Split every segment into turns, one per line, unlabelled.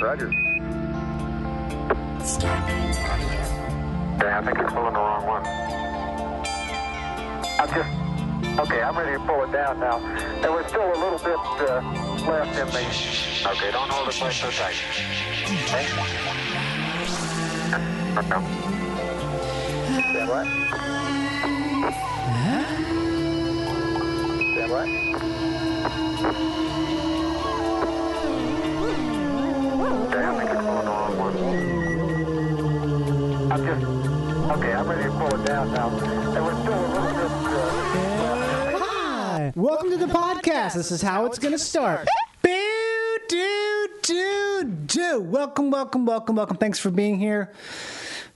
Roger.
Stargates Audio.
Yeah, I think you're pulling the wrong one. I'm just. Okay, I'm ready to pull it down now. There was still a little bit uh, left in the. Okay, don't hold it quite so tight. Okay? Said what? Said what? Okay, I think you're pulling the wrong one. I'm just, okay, I'm ready to pull it down now. There was still a little bit, uh,
Hi. Welcome to the podcast. This is how it's going to start. Boo, do, do, do. Welcome, welcome, welcome, welcome. Thanks for being here.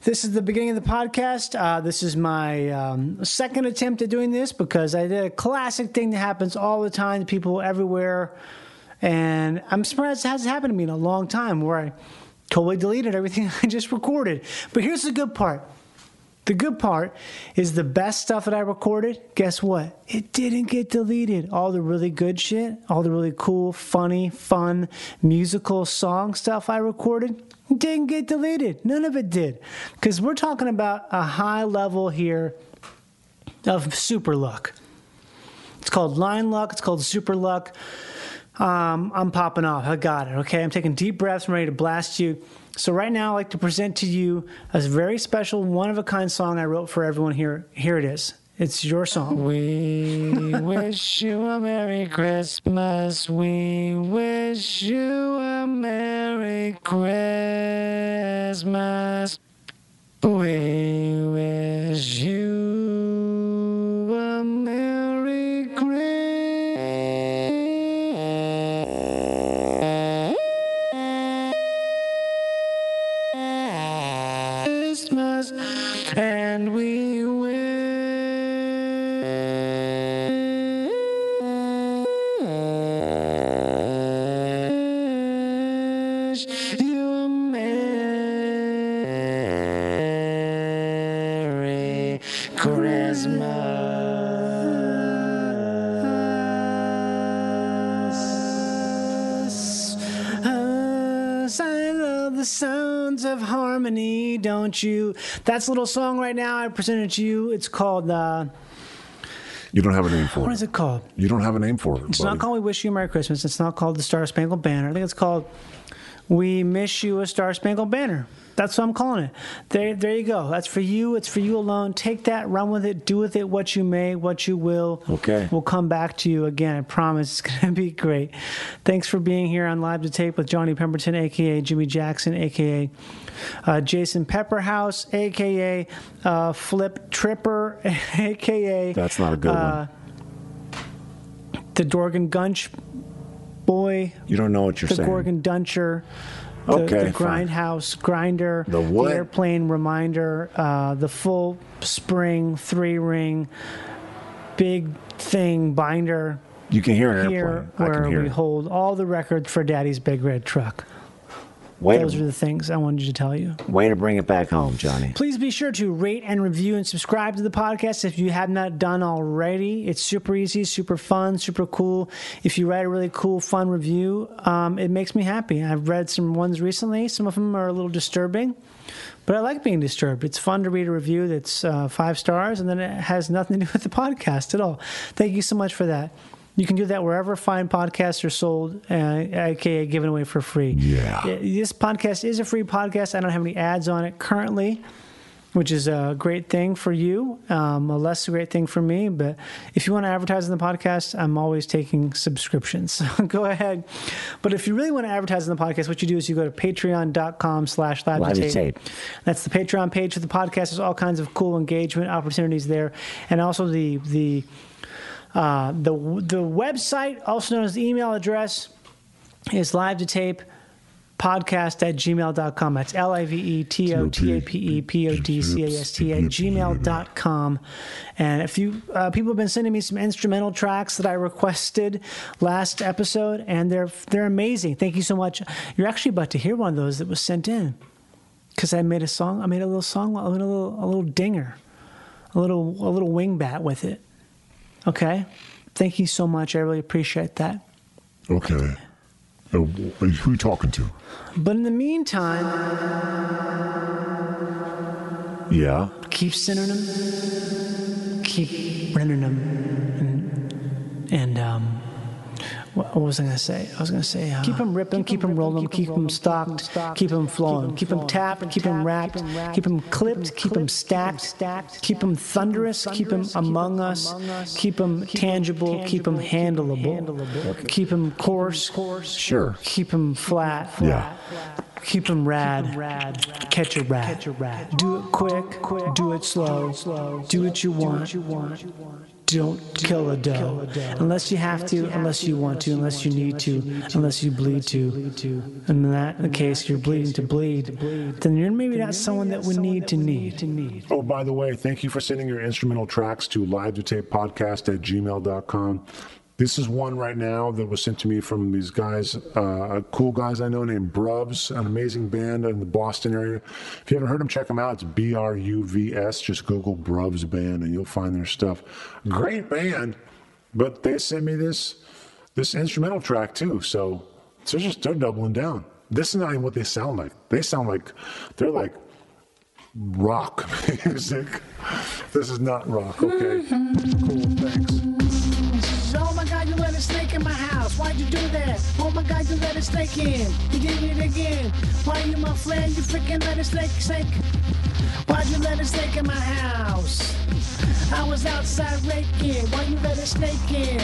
This is the beginning of the podcast. Uh, this is my um, second attempt at doing this because I did a classic thing that happens all the time to people everywhere. And I'm surprised it hasn't happened to me in a long time where I totally deleted everything I just recorded. But here's the good part the good part is the best stuff that I recorded, guess what? It didn't get deleted. All the really good shit, all the really cool, funny, fun, musical song stuff I recorded didn't get deleted. None of it did. Because we're talking about a high level here of super luck. It's called line luck, it's called super luck. Um, I'm popping off. I got it. Okay. I'm taking deep breaths. I'm ready to blast you. So right now, I'd like to present to you a very special, one of a kind song I wrote for everyone here. Here it is. It's your song.
We wish you a Merry Christmas. We wish you a Merry Christmas. We wish you a Merry Christmas. And we wish you a Merry Christmas.
Us, I love the sounds of harmony, don't you? That's a little song right now I presented to you. It's called, uh,
You don't have a name for
what
it.
is it called?
You don't have a name for it.
It's not called We Wish You a Merry Christmas. It's not called The Star Spangled Banner. I think it's called We Miss You a Star Spangled Banner. That's what I'm calling it. There, there you go. That's for you. It's for you alone. Take that, run with it, do with it what you may, what you will.
Okay.
We'll come back to you again. I promise it's going to be great. Thanks for being here on Live to Tape with Johnny Pemberton, aka Jimmy Jackson, aka uh, Jason Pepperhouse, aka uh, Flip Tripper, aka
That's not a good
uh, the Dorgan Gunch boy,
one. You don't know what you're
the
saying.
Gorgon Duncher, the,
Okay,
the
fine.
Grindhouse Grinder,
The what?
Airplane Reminder, uh, the Full Spring Three Ring, Big Thing Binder.
you can hear an
Here,
airplane. I
where
can hear
we
it.
hold all the records for Daddy's Big Red Truck.
Way
Those are
to,
the things I wanted to tell you.
way to bring it back home, Johnny.
Please be sure to rate and review and subscribe to the podcast if you have not done already. It's super easy, super fun, super cool. If you write a really cool, fun review, um, it makes me happy. I've read some ones recently. Some of them are a little disturbing, but I like being disturbed. It's fun to read a review that's uh, five stars and then it has nothing to do with the podcast at all. Thank you so much for that. You can do that wherever fine podcasts are sold, uh, aka given away for free.
Yeah.
This podcast is a free podcast. I don't have any ads on it currently which is a great thing for you, um, a less great thing for me. But if you want to advertise on the podcast, I'm always taking subscriptions. So go ahead. But if you really want to advertise on the podcast, what you do is you go to patreon.com slash live
Live
to
to
tape.
tape.
That's the Patreon page for the podcast. There's all kinds of cool engagement opportunities there. And also the, the, uh, the, the website, also known as the email address, is live to tape podcast at gmail.com. That's L I V E T O T A P E P O D C A S T at gmail.com. And if you, uh, people have been sending me some instrumental tracks that I requested last episode, and they're, they're amazing. Thank you so much. You're actually about to hear one of those that was sent in because I made a song. I made a little song, I made a little, a little dinger, a little, a little wing bat with it. Okay. Thank you so much. I really appreciate that.
Okay. Uh, who you talking to?
But in the meantime,
Yeah.
keep sending them, keep rendering them, and, and um, what, what was I going to say? I was going to say uh, keep them ripping, keep them rolling, keep them stocked, keep them flowing, keep them tapped, keep them wrapped, keep them clipped, keep them stacked, keep them thunderous, keep them among us, keep them tangible, keep them handleable, keep them coarse,
Sure.
keep them flat.
Yeah.
Keep them rad. Catch a rat. Do it quick. Do it slow. Do what you want. Don't kill a doe. Unless you have to, unless you want to, unless you need to, unless you bleed to. And in that case, you're bleeding to bleed. Then you're maybe not someone that we need to need.
Oh, by the way, thank you for sending your instrumental tracks to live to tape podcast at gmail.com. This is one right now that was sent to me from these guys, uh, cool guys I know named Brubs, an amazing band in the Boston area. If you haven't heard them, check them out. It's B R U V S. Just Google Brubs Band and you'll find their stuff. Great band, but they sent me this this instrumental track too. So, so they're just they're doubling down. This is not even what they sound like. They sound like they're like rock music. This is not rock, okay? Cool, thanks.
Oh my god, you let a snake in my house. Why'd you do that? Oh my god, you let a snake in. You did it again. Why you my friend? You freaking let a snake snake. Why'd you let a snake in my house? I was outside raking. Why you let a snake in?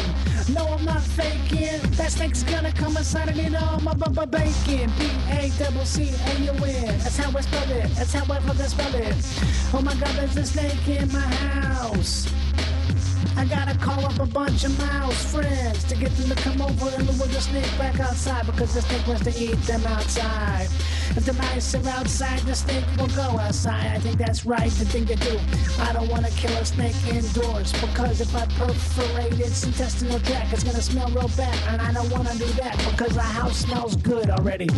No, I'm not faking. That snake's gonna come inside of me. No, my baba bacon. B A double C A U N. That's how I spell it. That's how I fucking spell it. Oh my god, there's a snake in my house. I gotta call up a bunch of mouse friends to get them to come over and lure the snake back outside because the snake wants to eat them outside. If the mice are outside, the snake will go outside. I think that's right, the thing to do. I don't wanna kill a snake indoors because if I perforate its intestinal tract, it's gonna smell real bad, and I don't wanna do that because our house smells good already.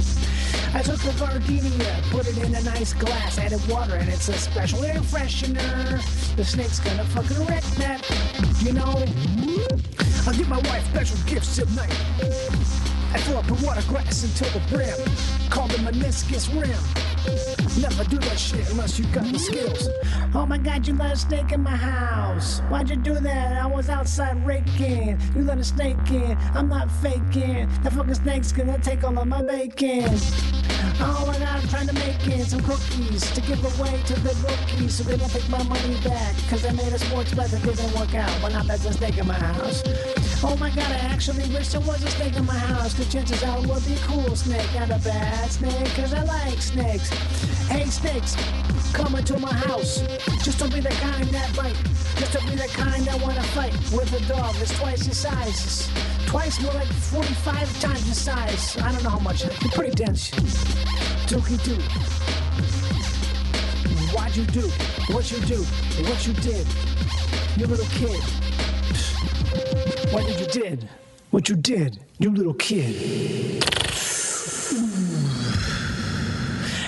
I took the gardenia, put it in a nice glass, added water, and it's a special air freshener. The snake's gonna fucking wreck that, you know. I'll give my wife special gifts tonight. I fill up her water glass until the brim, called the meniscus rim. Never do that shit unless you got the skills. Oh my god, you let a snake in my house. Why'd you do that? I was outside raking. You let a snake in. I'm not faking. That fucking snake's gonna take all of my bacon. Oh, and I'm trying to make in some cookies to give away to the rookies so they don't take my money back. Cause I made a sports bet that didn't work out when I bet a snake in my house. Oh my god, I actually wish there was a snake in my house. Cause chances are it would be a cool snake, not a bad snake. Cause I like snakes. Hey, snakes, come into my house. Just don't be the kind that bite. Just don't be the kind that wanna fight with a dog that's twice your size. Twice more like 45 times your size. I don't know how much. You're pretty dense. Dookie doo. Why'd you do what you do, what you did? You little kid. What did you did? What you did, you little kid.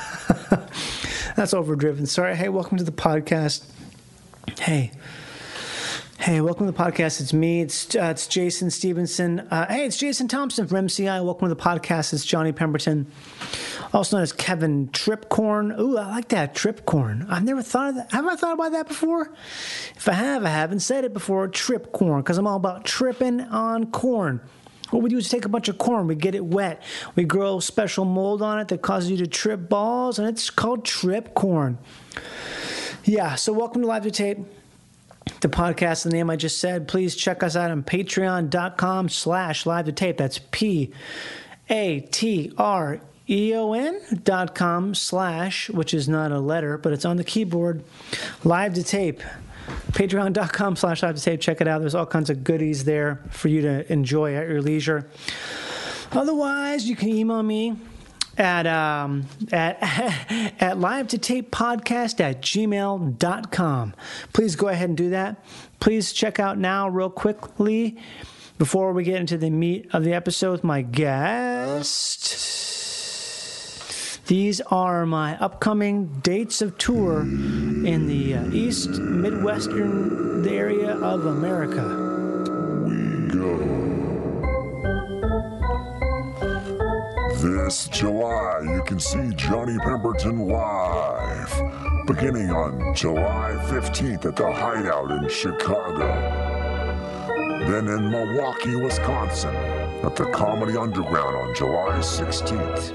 That's overdriven. Sorry. Hey, welcome to the podcast. Hey. Hey, welcome to the podcast. It's me. It's uh, it's Jason Stevenson. Uh, hey, it's Jason Thompson from MCI. Welcome to the podcast. It's Johnny Pemberton, also known as Kevin Tripcorn. Ooh, I like that Tripcorn. I've never thought of that. Have I thought about that before? If I have, I haven't said it before. Tripcorn, because I'm all about tripping on corn. What we do is take a bunch of corn, we get it wet, we grow special mold on it that causes you to trip balls, and it's called trip corn. Yeah, so welcome to Live to Tape, the podcast, the name I just said. Please check us out on patreon.com slash live to tape. That's P A T R E O N dot com slash, which is not a letter, but it's on the keyboard, live to tape patreon.com slash live to tape check it out there's all kinds of goodies there for you to enjoy at your leisure otherwise you can email me
at um, at at live to tape podcast at gmail.com. Please go ahead and do that. Please check out now real quickly before we get into the meat of the episode with my guest. These are my upcoming dates of tour in the uh, East Midwestern area of America.
This July, you can see Johnny Pemberton live, beginning on July 15th at the Hideout in Chicago. Then in Milwaukee, Wisconsin, at the Comedy Underground on July 16th.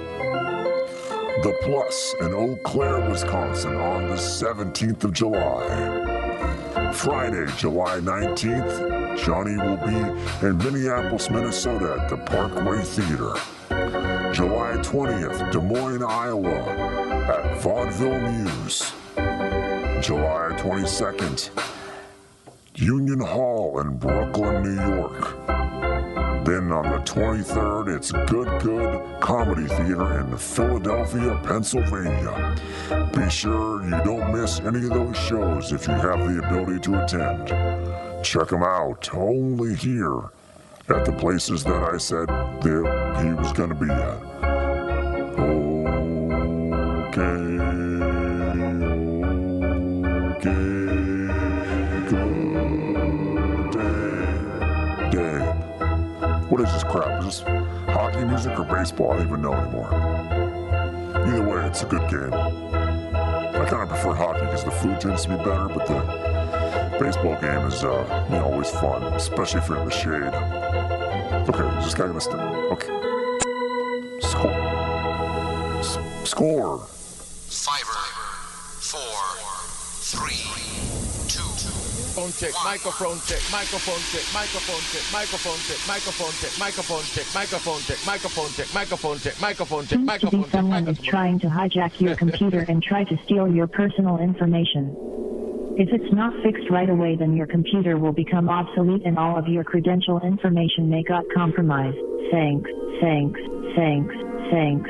The Plus in Eau Claire, Wisconsin on the 17th of July. Friday, July 19th, Johnny will be in Minneapolis, Minnesota at the Parkway Theater. July 20th, Des Moines, Iowa, at Vaudeville Muse. July 22nd, Union Hall in Brooklyn, New York. Then on the 23rd, it's Good Good Comedy Theater in Philadelphia, Pennsylvania. Be sure you don't miss any of those shows if you have the ability to attend. Check them out only here at the places that I said that he was going to be at. Okay, okay, good day, day. What is this crap? Is this hockey music or baseball? I don't even know anymore. Either way, it's a good game. I kind of prefer hockey because the food tends to be better, but the baseball game is uh, you know, always fun, especially if you're in the shade. Okay, just gotta listen. Okay. Score. S- score.
Fiver, four, three, two.
Phone check, microphone check, microphone check, microphone check, microphone check, microphone check, microphone check, microphone check, microphone check, microphone check, microphone check,
Seems to
microphone
be
check.
someone is trying to hijack your computer and try to steal your personal information. If it's not fixed right away, then your computer will become obsolete and all of your credential information may got compromised. Thanks, thanks, thanks, thanks.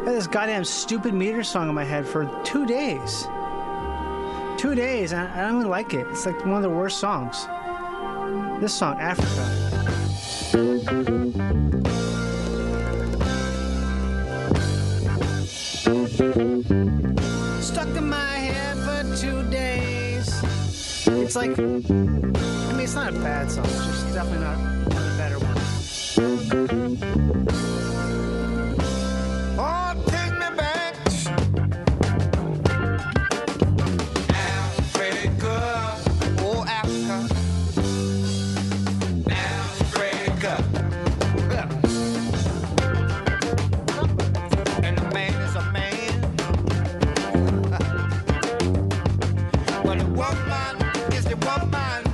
I had this goddamn stupid meter song in my head for two days. Two days, and I I don't even like it. It's like one of the worst songs. This song, Africa. Stuck in my head for two days. It's like, I mean, it's not a bad song. It's just definitely not one of the better ones.
Oh, take me back. Africa. Oh, Africa. Africa. And a man is a man. But a woman is the woman.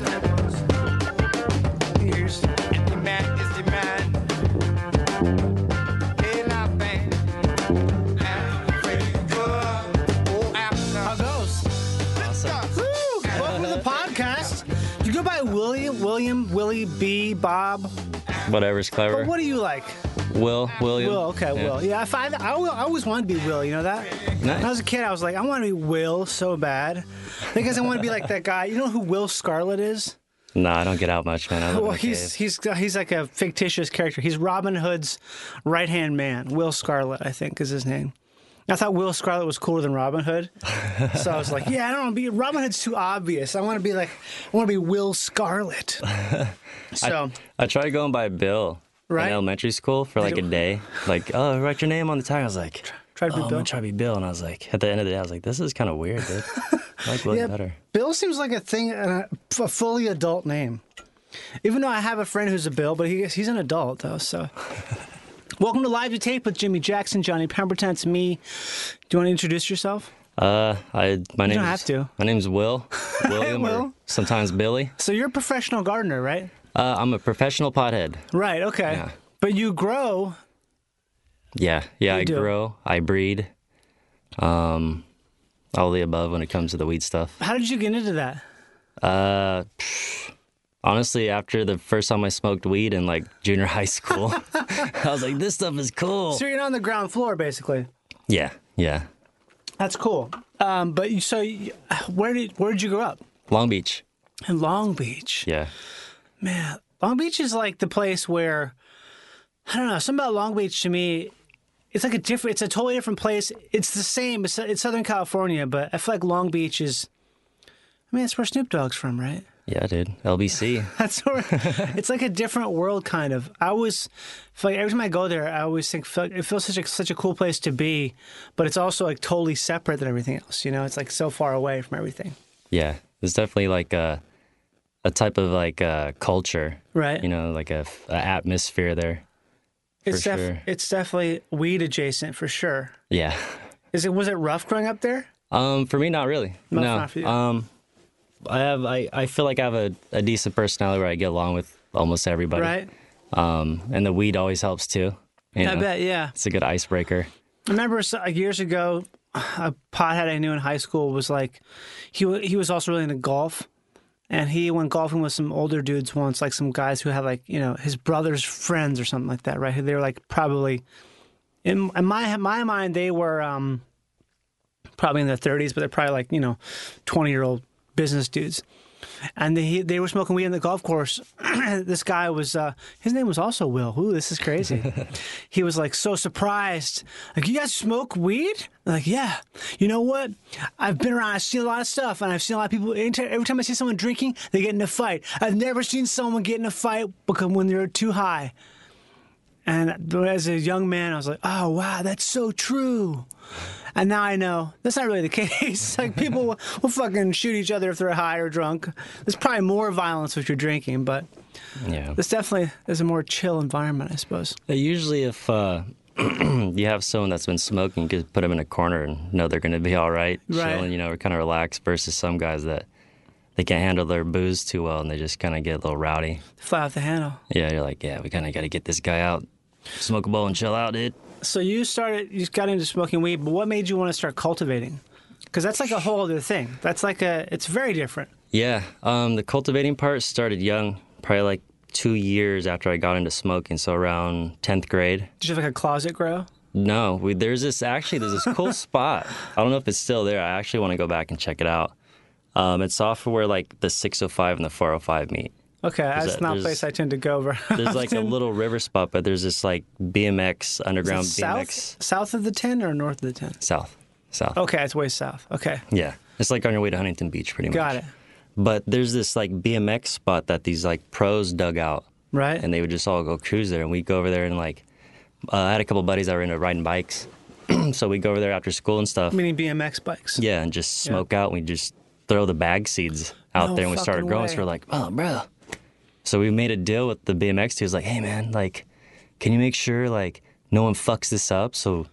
And the man is the man. In our bank. Africa. Oh, Africa. How goes?
Woo! Welcome to the podcast. You go by Willie, William, Willie B, Bob.
Whatever's
But
clever.
what do you like?
Will, William.
Will. Okay,
Yeah.
Will. Yeah, if I, I, al- I always wanted to be Will. You know that?
Nice.
When I was a kid, I was like, I want to be Will so bad because I want to be like that guy. You know who Will Scarlet is?
Nah, I don't get out much, man. I live
Well,
in a
he's
cave.
he's uh, he's like a fictitious character. He's Robin Hood's right hand man. Will Scarlet, I think, is his name. I thought Will Scarlet was cooler than Robin Hood, so I was like, yeah, I don't want to be Robin Hood's too obvious. I want to be like I want to be Will Scarlet. So
I tried going by Bill
Right.
in elementary school for like a day. Like, oh, write your name on the tag. I was like,
try to be
oh, I'm
Bill.
gonna try to be Bill, and I was like, at the end of the day, I was like, this is kind of weird, dude. I like Will
Yeah,
better.
Bill seems like a thing, a, a fully adult name. Even though I have a friend who's a Bill, but he, he's an adult though. So, welcome to Live to Tape with Jimmy Jackson, Johnny Pemberton. It's me. Do you want to introduce yourself?
Uh, I my name.
don't have to.
My name's Will. William,
Will.
or sometimes Billy.
So you're a professional gardener, right?
Uh, I'm a professional pothead.
Right. Okay.
Yeah.
But you grow.
Yeah, yeah.
You
I
do.
grow. I breed. Um, all the above when it comes to the weed stuff.
How did you get into that?
Uh, Honestly, after the first time I smoked weed in like junior high school, I was like, this stuff is cool.
So you're on the ground floor, basically.
Yeah, yeah.
That's cool. Um, but you, so you, where did where did you grow up?
Long Beach.
In Long Beach.
Yeah.
Man, Long Beach is like the place where I don't know. Something about Long Beach to me, it's like a different. It's a totally different place. It's the same. It's, it's Southern California, but I feel like Long Beach is. I mean, that's where Snoop Dogg's from, right?
Yeah, dude. LBC.
That's where, it's like a different world, kind of. I always feel like every time I go there, I always think feel, it feels such a such a cool place to be, but it's also like totally separate than everything else. You know, it's like so far away from everything.
Yeah. There's definitely like a, a type of like uh culture,
Right.
you know, like a, f- a atmosphere there.
it's
for sure.
it's definitely weed adjacent for sure.
Yeah.
Is it was it rough growing up there?
Um, for me, not really.
No,
No.
it's not for you.
Um, I have. I, I feel like I have a, a decent personality where I get along with almost everybody.
Right.
Um, and the weed always helps too. you
I
know.
bet. Yeah.
It's a good icebreaker.
I remember so- like, years ago, a pothead I knew in high school was like, he wa- he was also really into golf, and he went golfing with some older dudes once, like some guys who had like you know his brother's friends or something like that, right? Who They were like probably, in, in my my mind, they were um, probably in their thirties, but they're probably like you know, twenty year old business dudes. And they they were smoking weed on the golf course. this guy was uh, his name was also Will. Ooh, this is crazy. he was like so surprised. Like, you guys smoke weed? I'm like, yeah. You know what? I've been around. I've seen a lot of stuff, and I've seen a lot of people. anytime- Every time I see someone drinking, they get in a fight. I've never seen someone get in a fight because when they're too high. And as a young man, I was like, oh wow, that's so true. And Uh, now I know that's not really the case. like people will, will fucking shoot each other if they're high or drunk. There's probably more violence if you're drinking, but
Yeah.
this definitely is a more chill environment, I suppose.
Usually, if uh, you have someone that's been smoking, you just put them in a corner and know they're going to be all right,
Right.
chilling, you know, kind of relaxed. Versus some guys that they can't handle their booze too well and they just kind of get a little rowdy.
Fly off the handle.
Yeah, you're like, yeah, we kind of got to get this guy out, smoke a bowl and chill out, dude.
So you started, you got into smoking weed, but what made you want to start cultivating? Because that's like a whole other thing. That's like a, it's very different.
Yeah, um, the cultivating part started young, probably like two years after I got into smoking, so around tenth grade.
Did you have like a closet grow?
No, we, there's this actually there's this cool spot. I don't know if it's still there. I actually want to go back and check it out. Um, it's off of where like the 605 and the 405 meet.
Okay, that's
that-
not a
there's-
place I tend to go over.
There's like a little river spot, but there's this like BMX underground
south,
BMX
south of the 10 or north of the 10?
south, south.
Okay, it's way south. Okay,
Yeah, it's like on your way to Huntington Beach, pretty much.
got it.
But there's this like BMX spot that these like pros dug out.
Right?
and they would just all go cruise there. And we'd go over there and like, uh, I had a couple buddies that were into riding bikes, so we'd go over there after school and stuff.
Meaning BMX bikes.
Yeah, and just smoke out. We just throw the bag seeds out
No
there, and we started
fucking
growing.
way.
So we're like, oh, bro. So we made a deal with the BMX dudes, like, hey man, like, can you make sure like no one fucks this up? So,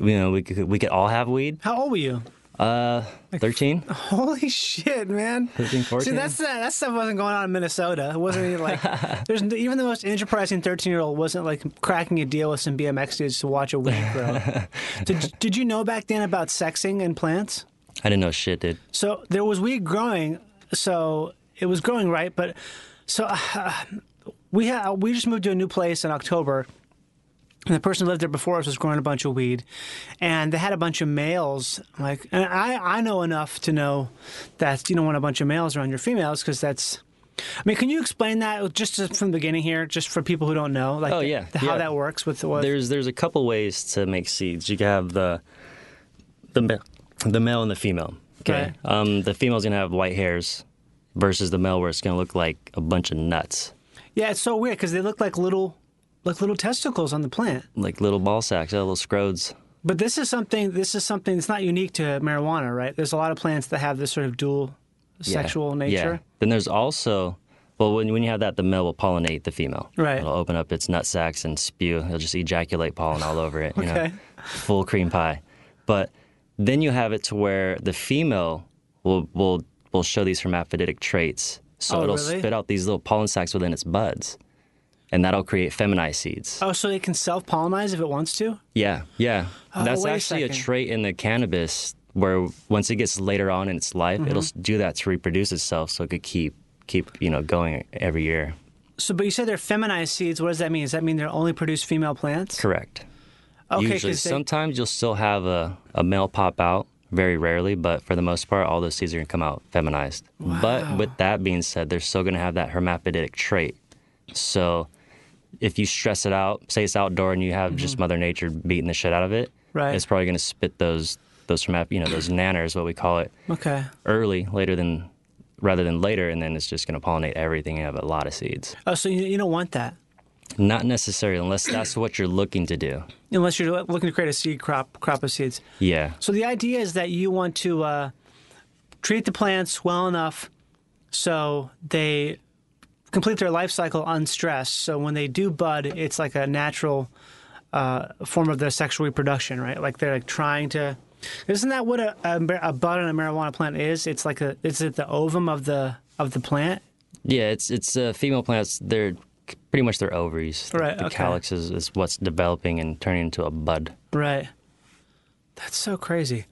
you know, we could we could all have weed.
How old were you?
Uh, thirteen.
Holy shit, man!
13, 14?
See, that's uh, that, that stuff wasn't going on in Minnesota. It wasn't even like there's n- even the most enterprising 13 year old wasn't like cracking a deal with some BMX dudes to watch a weed grow. did, did you know back then about sexing and plants?
I didn't know shit, dude.
So there was weed growing, so it was growing right, but so uh, we ha- we just moved to a new place in October. And the person who lived there before us was growing a bunch of weed, and they had a bunch of males. Like, and I, I know enough to know that you don't want a bunch of males around your females because that's. I mean, can you explain that just to- from the beginning here, just for people who don't know, like
Oh, yeah,
the- how
yeah.
that works with the with-
There's there's a couple ways to make seeds. You can have the the ma- the male and the female. Okay.
Right.
Um, the female's gonna have white hairs versus the male where it's gonna look like a bunch of nuts,
yeah, it's so weird because they look like little like little testicles on the plant.
like little ball sacks, uh, little scrodes.
But this is something. This is something that's not unique to marijuana, right? There's a lot of plants that have this sort of dual
Yeah.
sexual
Yeah.
nature.
Then there's also well when when you have that the male will pollinate the female.
Right.
It'll open up its nut sacks and spew. It'll just ejaculate pollen all over it. You
Okay.
know, full cream pie. But then you have it to where the female will will will show these hermaphroditic traits. So
Oh,
it'll
really?
spit out these little pollen sacks within its buds, and that'll create feminized seeds.
Oh, so it can self pollinize if it wants to?
Yeah, yeah.
Oh,
That's
wait a
actually a,
second.
trait in the
Mm-hmm.
cannabis where once it gets later on in its life, it'll s- do that to reproduce itself so it could keep keep you know going every year.
So, but you said they're feminized seeds. What does that mean? Does that mean they're only produced female plants?
Correct.
Okay,
Usually,
'cause they-
sometimes you'll still have a, a male pop out. Very rarely, but for the most part, all those seeds are gonna come out feminized. But with that being said, they're still gonna have that hermaphroditic trait. So if you stress it out, say it's outdoor and you have just Mother Nature beating the shit out of it,
Mm-hmm. Right.
It's probably gonna spit those those hermap, you know, those nanners, what we call it,
Okay.
early, later than rather than later, and then it's just gonna pollinate everything and have a lot of seeds.
Oh, so you, you don't want that
Not necessarily unless that's what you're looking to do.
unless you're lo- looking to create a seed crop crop of seeds.
Yeah.
So the idea is that you want to uh, treat the plants well enough so they complete their life cycle unstressed. So when they do bud, it's like a natural uh, form of their sexual reproduction, right? Like they're like trying to. Isn't that what a, a, mar- a bud on a marijuana plant is? It's like a. Is it the ovum of the of the plant?
Yeah, it's it's uh, female plants. They're c- pretty much their ovaries. The-
Right,
The
okay.
calyx is, is what's developing and turning into a bud.
Right. That's so crazy.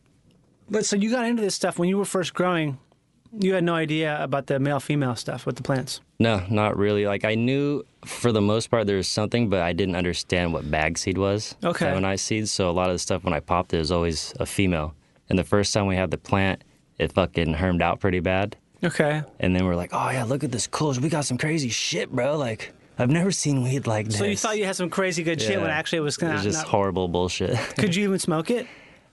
But so you got into this stuff when you were first growing. You had no idea about the male female stuff with the plants.
No, not really. Like I knew for the most part there was something, but I didn't understand what bag seed was.
Okay.
Feminized seeds. So a lot of the stuff when I popped it was always a female. And the first time we had the plant, it fucking hermed out pretty bad.
Okay.
And then we're like, oh yeah, look at this cool. We got some crazy shit, bro. Like I've never seen weed like this.
So you thought you had some crazy good shit when
Yeah.
actually it was
It
kind
was
of
just
not,
horrible bullshit.
Could you even smoke it?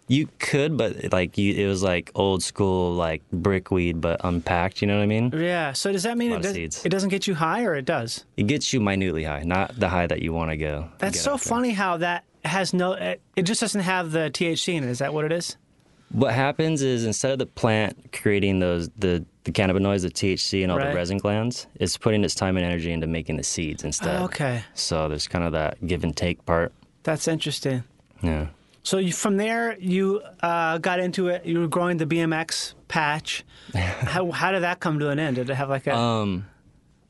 You could, but like you, it was like old school, like brickweed, but unpacked. You know what I mean?
Yeah. So does that mean
lot
it,
of
does,
seeds.
it doesn't get you high or it does?
It gets you minutely high, not the high that you want to go.
That's
get
so
up to.
funny how that has no, it it just doesn't have the THC in it. Is that what it is?
What happens is instead of the plant creating those the the cannabinoids, the THC, and all
Right.
the resin glands, it's putting its time and energy into making the seeds instead.
Oh, Okay.
So there's kind of that give and take part.
That's interesting.
Yeah.
So you, from there, you uh, got into it. You were growing the BMX patch. how, how did that come to an end? Did it have like a?
Um,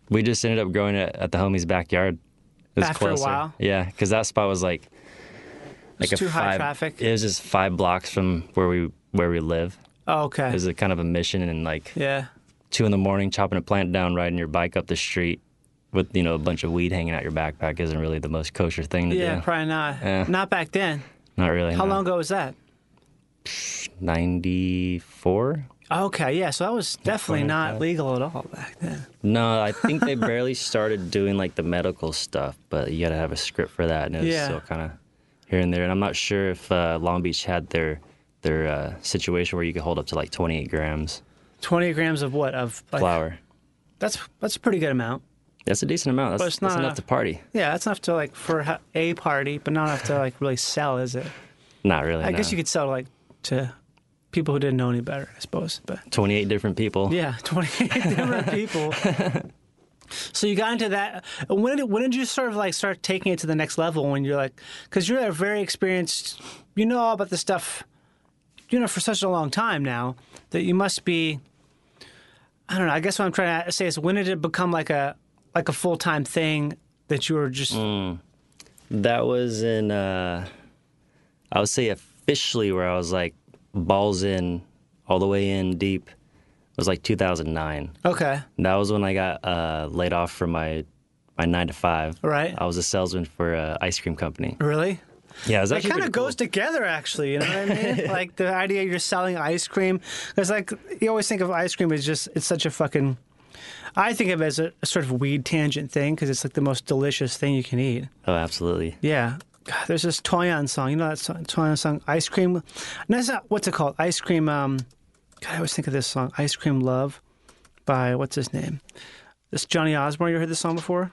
We just ended up growing it at the homie's backyard. It was
After a
closer.
while?
Yeah, because that spot was like like
was
a
too high
five-
traffic?
It was just five blocks from where we where we live.
oh, okay.
It was a kind of a mission, and like
yeah.
two in the morning, chopping a plant down, riding your bike up the street with you know a bunch of weed hanging out your backpack isn't really the most kosher thing to
Yeah,
do.
probably not.
Yeah.
Not back then.
Not really.
How long ago was that?
Ninety four.
Okay, yeah. So that was definitely
like
not
that.
legal at all back then.
No, I think they barely started doing like the medical stuff, but you got to have a script for that, and it was
Yeah.
still kind of here and there. And I'm not sure if uh, Long Beach had their their uh, situation where you could hold up to like 28 grams
Twenty grams of what? Of like,
flour.
That's that's a pretty good amount.
That's a decent amount. That's,
But it's
that's
not
enough
enough.
to party.
Yeah, that's enough to like for ha- a party, but not enough to like really sell, is it?
Not really.
I guess
no.
you could sell like to people who didn't know any better, I suppose. But
28 different people.
yeah, twenty different people. So you got into that. When did when did you sort of like start taking it to the next level? When you're like, because you're a very experienced, you know all about this stuff, you know for such a long time now that you must be. I don't know. I guess what I'm trying to say is when did it become like a like a full time thing that you were just
That was in, uh, I would say officially where I was like balls in, all the way in deep. It was like 2009.
okay?
That was when I got uh, laid off from my my nine to five.
Right.
I was a salesman for an ice cream company.
Really?
Yeah, it was
It
actually
kind of
pretty cool.
goes together, actually. You know what I mean? like the idea you're selling ice cream, because like you always think of ice cream as just it's such a fucking. I think of it as a, a sort of weed tangent thing because it's like the most delicious thing you can eat.
Oh, absolutely.
Yeah. God, there's this Toyon song. You know that song, Toyon song, Ice Cream. No, that's not what's it called. Ice Cream. Um, God, I always think of this song, Ice Cream Love, by what's his name? This Johnny Osborne. You heard this song before?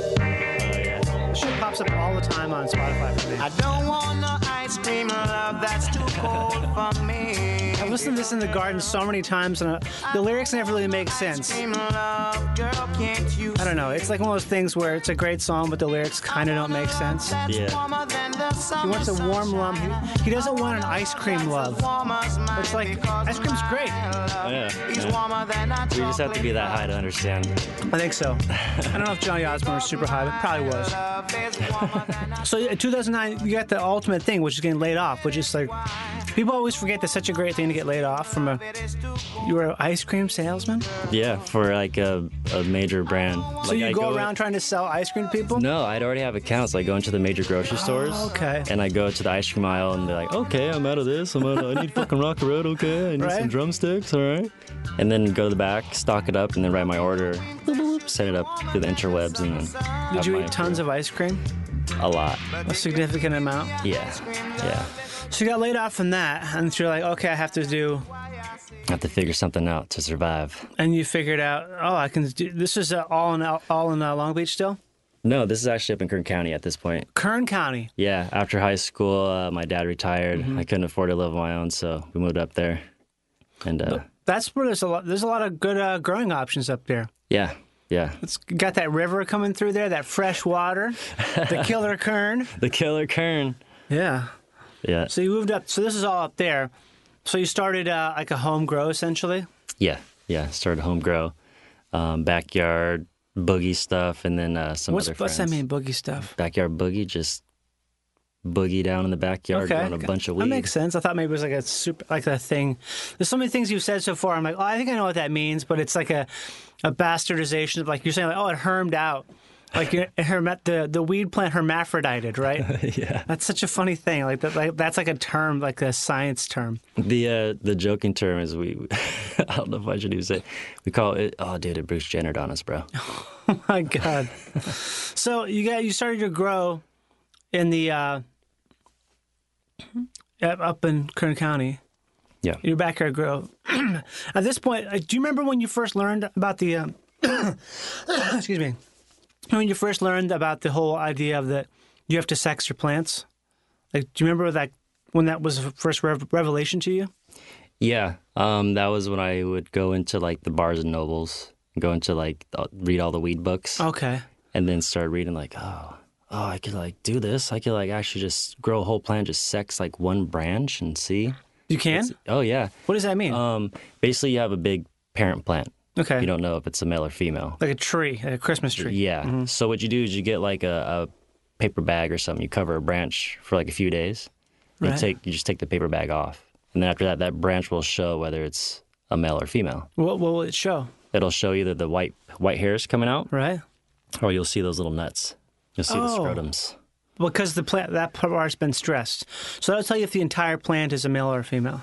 This shit pops up all the time on Spotify for me.
I don't want no ice cream love, that's too cold for me.
I've listened to this in the garden so many times, and uh, the lyrics never really make sense.
Cream love, girl, can't you?
I don't know. It's like one of those things where it's a great song, but the lyrics kind of don't make sense.
Yeah.
He wants a warm love. He, he doesn't want an ice cream love. It's like ice cream's great.
Oh, yeah. We just have to be that high to understand.
I think so. I don't know if Johnny Osborne was super high, but probably was. So yeah, 2009, you got the ultimate thing, which is getting laid off, which is like people always forget that's such a great thing to get laid off from a you were an ice cream salesman.
Yeah, for like a, a major brand.
So
Like,
you
I
go, around trying to sell ice cream to people.
No, I'd already have accounts. I go into the major grocery stores.
Ah, okay.
And I go to the ice cream aisle and they're like, okay, I'm out of this. I'm out of, I need fucking rock road. Okay. I need
Right.
some drumsticks. All right. And then go to the back, stock it up, and then write my order. Boop, boop, boop, Send it up through the interwebs and then.
Did
have
you
my-
eat tons of ice cream?
A lot.
A significant amount.
Yeah. Yeah.
So you got laid off from that, and so you're like, okay, I have to do.
I have to figure something out to survive.
And you figured out, oh, I can do. This is uh, all in all in uh, Long Beach still.
No, this is actually up in Kern County at this point.
Kern County.
Yeah, after high school, uh, my dad retired.
Mm-hmm.
I couldn't afford to live on my own, so we moved up there. And uh,
That's where there's a lot. There's a lot of good uh, growing options up there.
yeah, yeah.
It's got that river coming through there, that fresh water, the killer kern.
The killer Kern.
Yeah.
Yeah.
So you moved up. So this is all up there. So you started uh, like a home grow essentially.
Yeah, yeah. Started home grow, um, backyard boogie stuff, and then uh, some
What's
other
what's
friends.
that mean, boogie stuff?
Backyard boogie, just boogie down in the backyard, growing a bunch of weed.
That makes sense. I thought maybe it was like a super like a thing. There's so many things you've said so far. I'm like, oh, I think I know what that means, but it's like a a bastardization of like you're saying like, oh, it hermed out. Like you- it hermet the the weed plant hermaphrodited, right?
Yeah.
That's such a funny thing. Like that, like that's like a term, like a science term.
The uh, the joking term is we. I don't know if I should even say. it. We call it. Oh, dude, it Bruce Jenner on us, bro.
My God. so you got you started to grow in the uh, up up in Kern County.
Yeah.
Your backyard grow. At this point, uh, do you remember when you first learned about the? Um, excuse me. When you first learned about the whole idea of that you have to sex your plants, like do you remember that when that was the first rev- revelation to you?
Yeah, um, that was when I would go into like the Barnes and Nobles, go into like the, read all the weed books,
Okay.
and then start reading like, oh, oh, I could like do this. I could like actually just grow a whole plant, just sex like one branch and see.
You can.
Oh yeah.
What does that mean?
Um, basically, you have a big parent plant.
Okay.
You don't know if it's a male or female.
like a tree, a Christmas tree.
Yeah. So what you do is you get like a, a paper bag or something. You cover a branch for like a few days. You
Right.
take you just take the paper bag off, and then after that, that branch will show whether it's a male or female.
What, what will it show?
It'll show either the white white hairs coming out,
Right.
or you'll see those little nuts. You'll see the
Oh.
scrotums.
Because the plant that part's been stressed, so that'll tell you if the entire plant is a male or a female.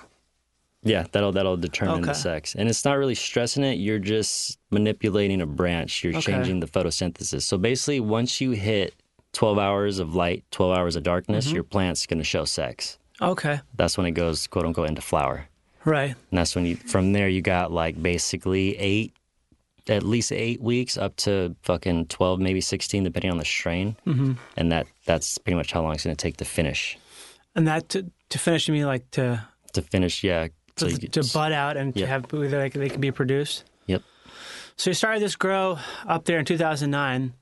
Yeah, that'll that'll determine
Okay.
the sex, and it's not really stressing it. You're just manipulating a branch. You're
Okay.
changing the photosynthesis. So basically, once you hit 12 hours of light, 12 hours of
Mm-hmm.
darkness, your plant's going to show sex.
Okay,
That's when it goes quote unquote into flower,
right.
and that's when you from there you got like basically eight, at least eight weeks up to fucking 12, maybe 16, depending on the strain,
hmm
and that that's pretty much how long it's going to take to finish.
And that to, to finish, you mean like to
To finish, yeah. So
to,
you-
to bud out and
Yeah.
to have whether they, can- they can be produced.
Yep.
So you started this grow up there in 2009.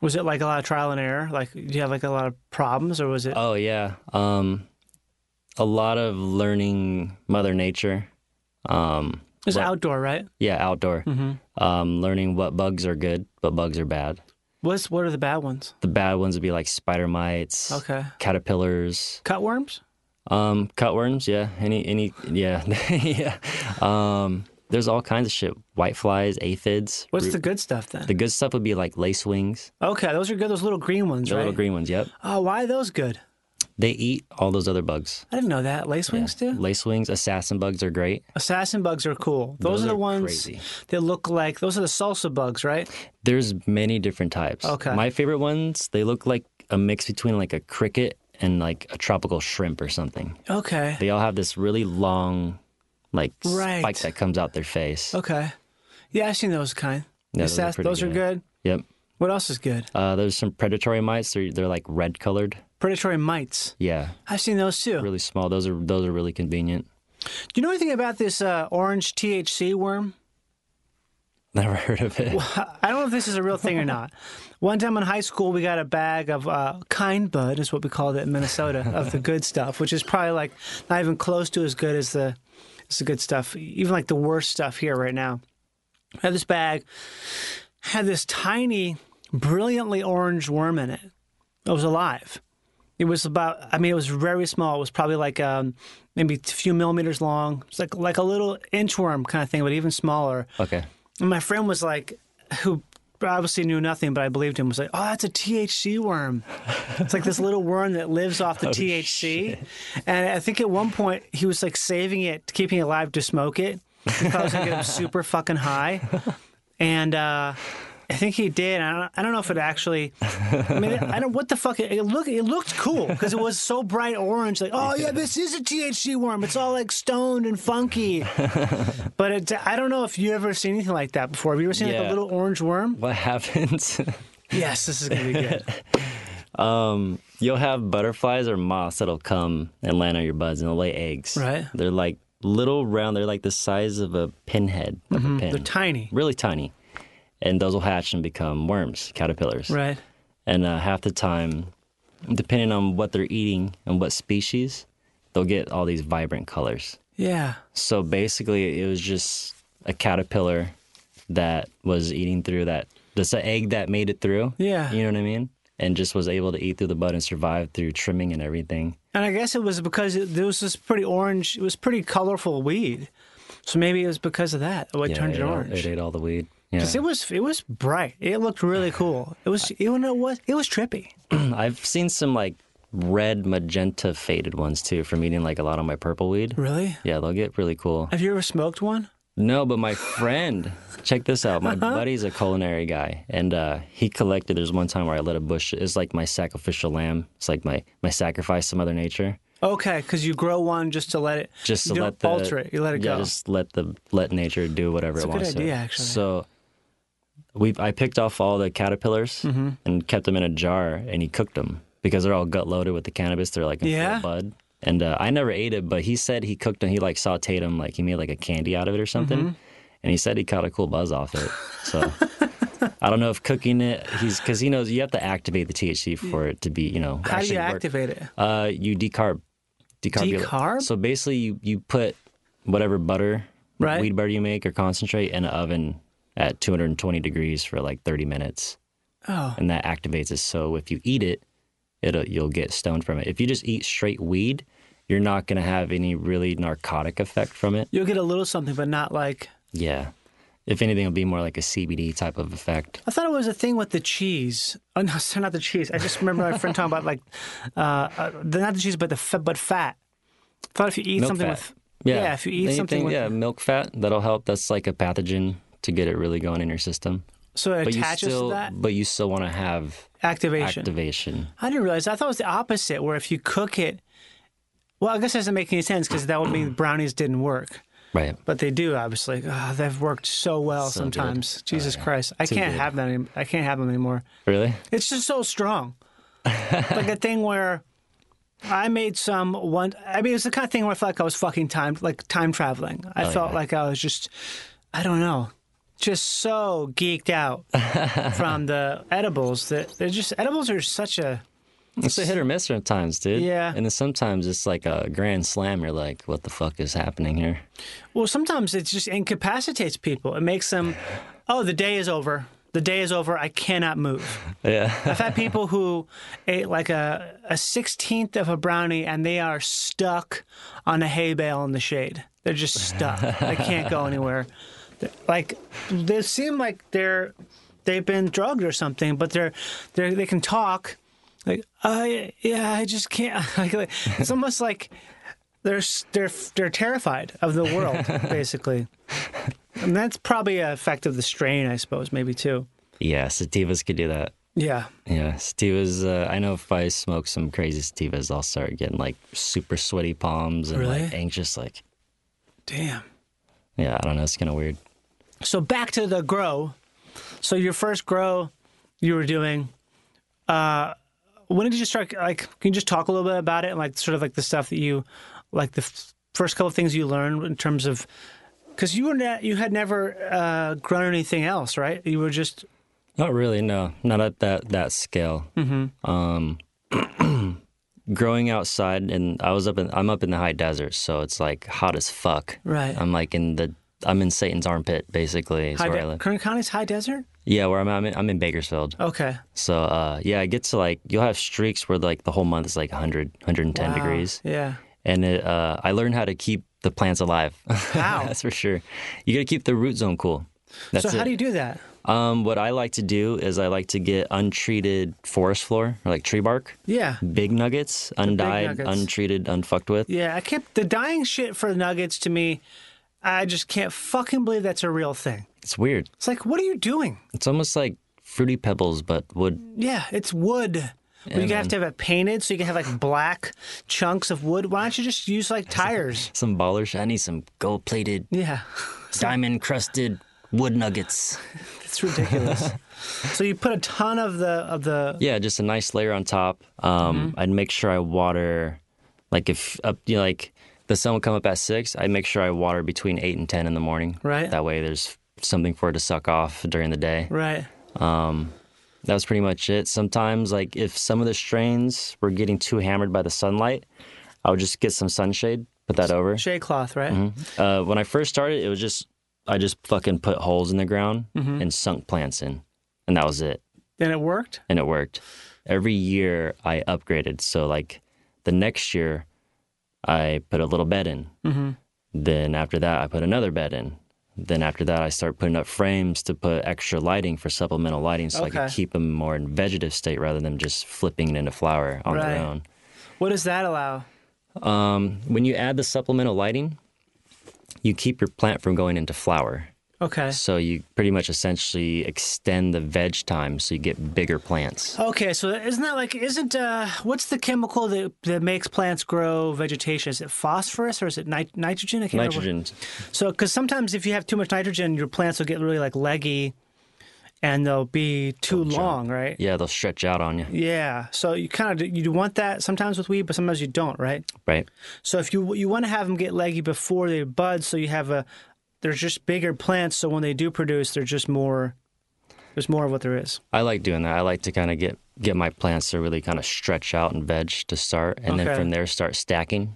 Was it like a lot of trial and error? Like, do you have like a lot of problems, or was it?
Oh yeah, um, a lot of learning Mother Nature. Um,
it's
what-
outdoor, right?
yeah, outdoor.
Mhm.
Um, learning what bugs are good, but bugs are bad.
What's what are the bad ones?
The bad ones would be like spider mites,
Okay,
caterpillars,
cutworms.
um, cutworms. Yeah, any any yeah yeah. Um, there's all kinds of shit. Whiteflies, aphids.
What's
root-
the good stuff then?
The good stuff would be like lacewings,
okay, those are good. Those little green ones,
the
right?
little green ones. Yep,
Oh, why are those good?
they eat all those other bugs.
I didn't know that. Lace wings do.
Lacewings, assassin bugs are great.
Assassin bugs are cool. Those,
Those
are the
are
ones
crazy.
that look like those are the salsa bugs, right?
There's many different types.
Okay.
My favorite ones, they look like a mix between like a cricket and like a tropical shrimp or something.
Okay.
They all have this really long, like
Right.
spike that comes out their face.
Okay. Yeah, I've seen those kind.
Yeah,
Assassin-
those are pretty
those are
good.
good.
Yep.
What else is good?
Uh, there's some predatory mites. They're they're like red colored.
Predatory mites.
Yeah.
I've seen those too.
Really small. Those are those are really convenient.
Do you know anything about this uh, orange THC worm?
Never heard of it.
I don't know if this is a real thing or not. One time in high school, we got a bag of uh, Kind Bud, is what we called it in Minnesota, of the good stuff, which is probably like not even close to as good as the as the good stuff, even like the worst stuff here right now. had this bag, had this tiny, brilliantly orange worm in it. It was alive. It was about. I mean, it was very small. It was probably like um, maybe a few millimeters long. It's like like a little inchworm kind of thing, but even smaller.
Okay.
And my friend was like, who obviously knew nothing, but I believed him, was like, oh, that's a THC worm. it's like this little worm that lives off the
Oh,
THC. And I think at one point he was like saving it, keeping it alive to smoke it. He thought it was going to get him super fucking high. And, uh, I think he did. I don't, I don't know if it actually. I mean, I don't. What the fuck? It, it looked. It looked cool because it was so bright orange. Like, oh yeah, this is a THC worm. It's all like stoned and funky. But it, I don't know if you ever seen anything like that before. Have you ever seen like
Yeah.
a little orange worm?
What happens?
Yes, this is gonna be good.
um, you'll have butterflies or moths that'll come and land on your buds and they'll lay eggs.
Right.
They're like little round. They're like the size of a pinhead. Of a pin.
Mm-hmm. They're tiny.
Really tiny. And those will hatch and become worms, caterpillars.
Right.
And uh, half the time, depending on what they're eating and what species, they'll get all these vibrant colors.
Yeah.
So basically, it was just a caterpillar that was eating through that. That's an egg that made it through.
Yeah.
You know what I mean? And just was able to eat through the bud and survive through trimming and everything.
And I guess it was because it, there was this pretty orange. It was pretty colorful weed. So maybe it was because of that. Oh, it
Yeah,
turned it
ate all-
orange.
it ate all the weed. Yeah.
Because it was it was bright. It looked really cool. It was you know what it was trippy.
I've seen some like red magenta faded ones too from eating like a lot of my purple weed.
Really?
Yeah, they'll get really cool.
Have you ever smoked one?
No, but my friend, check this out. My buddy's a culinary guy, and uh, he collected. There's one time where I lit a bush. It's like my sacrificial lamb. It's like my my sacrifice to Mother Nature,
Okay, because you grow one just to let it
just
you
to
don't
let the
alter it. You let it
yeah,
go.
just let the let nature do whatever
It's
it
a good
wants
idea,
to.
actually.
So we I picked off all the caterpillars
Mhm.
and kept them in a jar, and he cooked them because they're all gut loaded with the cannabis. They're like in full
Yeah?
bud. And uh, I never ate it, but he said he cooked them. He like sauteed them, like he made like a candy out of it or something.
Mhm.
And he said he caught a cool buzz off it. So I don't know if cooking it, he's because he knows you have to activate the THC for it to be, you know.
How do
actually
you
work.
activate it?
Uh, you decarb. Decarbulate.
Decarb?
So basically, you, you put whatever butter,
Right.
weed butter you make or concentrate in an oven at 220 degrees for like 30 minutes.
Oh.
And that activates it. So if you eat it, it'll you'll get stoned from it. If you just eat straight weed, you're not going to have any really narcotic effect from it.
You'll get a little something, but not like
Yeah. If anything, it'll be more like a CBD type of effect.
I thought it was a thing with the cheese. Oh no, sorry, not the cheese. I just remember my friend talking about like, uh, uh, the- not the cheese, but the fa- but fat. I thought if you eat
Milk
something
fat.
with if you eat something
Anything-
with
yeah, milk fat that'll help. That's like a pathogen to get it really going in your system.
so it
but you
attaches
still,
to that
But you still want to have
activation.
activation.
I didn't realize. I thought it was the opposite, where if you cook it, well, I guess that doesn't make any sense because that would mean brownies didn't work.
Right.
But they do, obviously. Oh, they've worked so well
So good. Oh,
sometimes. Jesus Christ, I
Too
can't
good.
have that. Any- I can't have them anymore.
Really?
It's just so strong. like a thing where I made some one. I mean, it's the kind of thing where I felt like I was fucking time, like time traveling. I
Oh,
felt
yeah.
like I was just, I don't know, just so geeked out from the edibles that they're just edibles are such a.
It's a hit or miss sometimes, dude.
Yeah.
And then sometimes it's like a grand slam. You're like, what the fuck is happening here?
Well, sometimes it just incapacitates people. It makes them, oh, the day is over. The day is over. I cannot move.
Yeah.
I've had people who ate like a a sixteenth of a brownie and they are stuck on a hay bale in the shade. They're just stuck. they can't go anywhere. They're- Like they seem like they're they've been drugged or something, but they're they they can talk. Like I yeah, I just can't. Like, it's almost like they're s- they're they're terrified of the world basically. And that's probably an effect of the strain, I suppose, maybe too.
Yeah, sativas could do that.
Yeah.
Yeah, sativas. Uh, I know if I smoke some crazy sativas, I'll start getting like super sweaty palms and like
Really?
anxious. Like,
Damn.
yeah, I don't know. It's kind of weird.
So back to the grow. So your first grow you were doing. Uh, when did you start? Like, can you just talk a little bit about it and like sort of like the stuff that you, like the f- first couple of things you learned in terms of, because you were ne- you had never uh, grown anything else, right? You were just
Not really. No, not at that that scale.
Mhm.
Um, growing outside, and I was up in I'm up in the high desert, so it's like hot as fuck.
Right.
I'm like in the I'm in Satan's armpit, basically. Is
high
where I
de-
live.
Kern County's high desert.
Yeah, where I'm at, I'm in, I'm in Bakersfield.
Okay.
So uh, yeah, it gets to like you'll have streaks where like the whole month is like 100, 110
Wow.
degrees.
Yeah.
And it, uh, I learned how to keep the plants alive. How? That's for sure. You got to keep the root zone cool. That's
so how
it.
do you do that?
Um, what I like to do is I like to get untreated forest floor, or like tree bark.
Yeah.
Big nuggets, undyed,
nuggets.
untreated, unfucked with.
Yeah, I can't. The dying shit for the Nuggets to me, I just can't fucking believe that's a real thing.
It's weird.
It's like, what are you doing?
It's almost like fruity pebbles, but wood.
Yeah, it's wood. But
Yeah,
you have
man.
to have it painted so you can have like black chunks of wood. Why don't you just use like tires?
Some baller shit. I need some gold plated,
yeah,
diamond crusted wood nuggets.
it's ridiculous. so you put a ton of the of the
Yeah, just a nice layer on top. Um, I'd make sure I water, like if up, you know, like the sun would come up at six. I'd make sure I water between eight and ten in the morning.
Right.
That way, there's something for it to suck off during the day.
right.
Um, that was pretty much it. Sometimes, like if some of the strains were getting too hammered by the sunlight, I would just get some sunshade, put that over.
shade cloth, right?
Mhm. Uh, when I first started, it was just I just fucking put holes in the ground
Mhm.
and sunk plants in, and that was it
And it worked.
and it worked. Every year I upgraded. So like the next year I put a little bed in.
Mm-hmm.
Then after that I put another bed in. Then after that I start putting up frames to put extra lighting for supplemental lighting so I could
Okay.
keep them more in vegetative state rather than just flipping it into flower on
Right.
their own.
What does that allow?
Um, when you add the supplemental lighting, you keep your plant from going into flower.
Okay.
So you pretty much essentially extend the veg time so you get bigger plants.
Okay, so isn't that like isn't uh what's the chemical that that makes plants grow vegetation? Is it phosphorus or is it nit- nitrogen? I can't remember.
Nitrogen.
So, because sometimes if you have too much nitrogen, your plants will get really like leggy, and they'll be too long, right?
Yeah, they'll stretch out on you.
Yeah. So you kind of you want that sometimes with weed, but sometimes you don't, right?
Right.
So if you you want to have them get leggy before they bud, so you have a they're just bigger plants, so when they do produce, they're just more. There's more of what there is.
I like doing that. I like to kind of get get my plants to really kind of stretch out and veg to start, and
Okay.
then from there start stacking,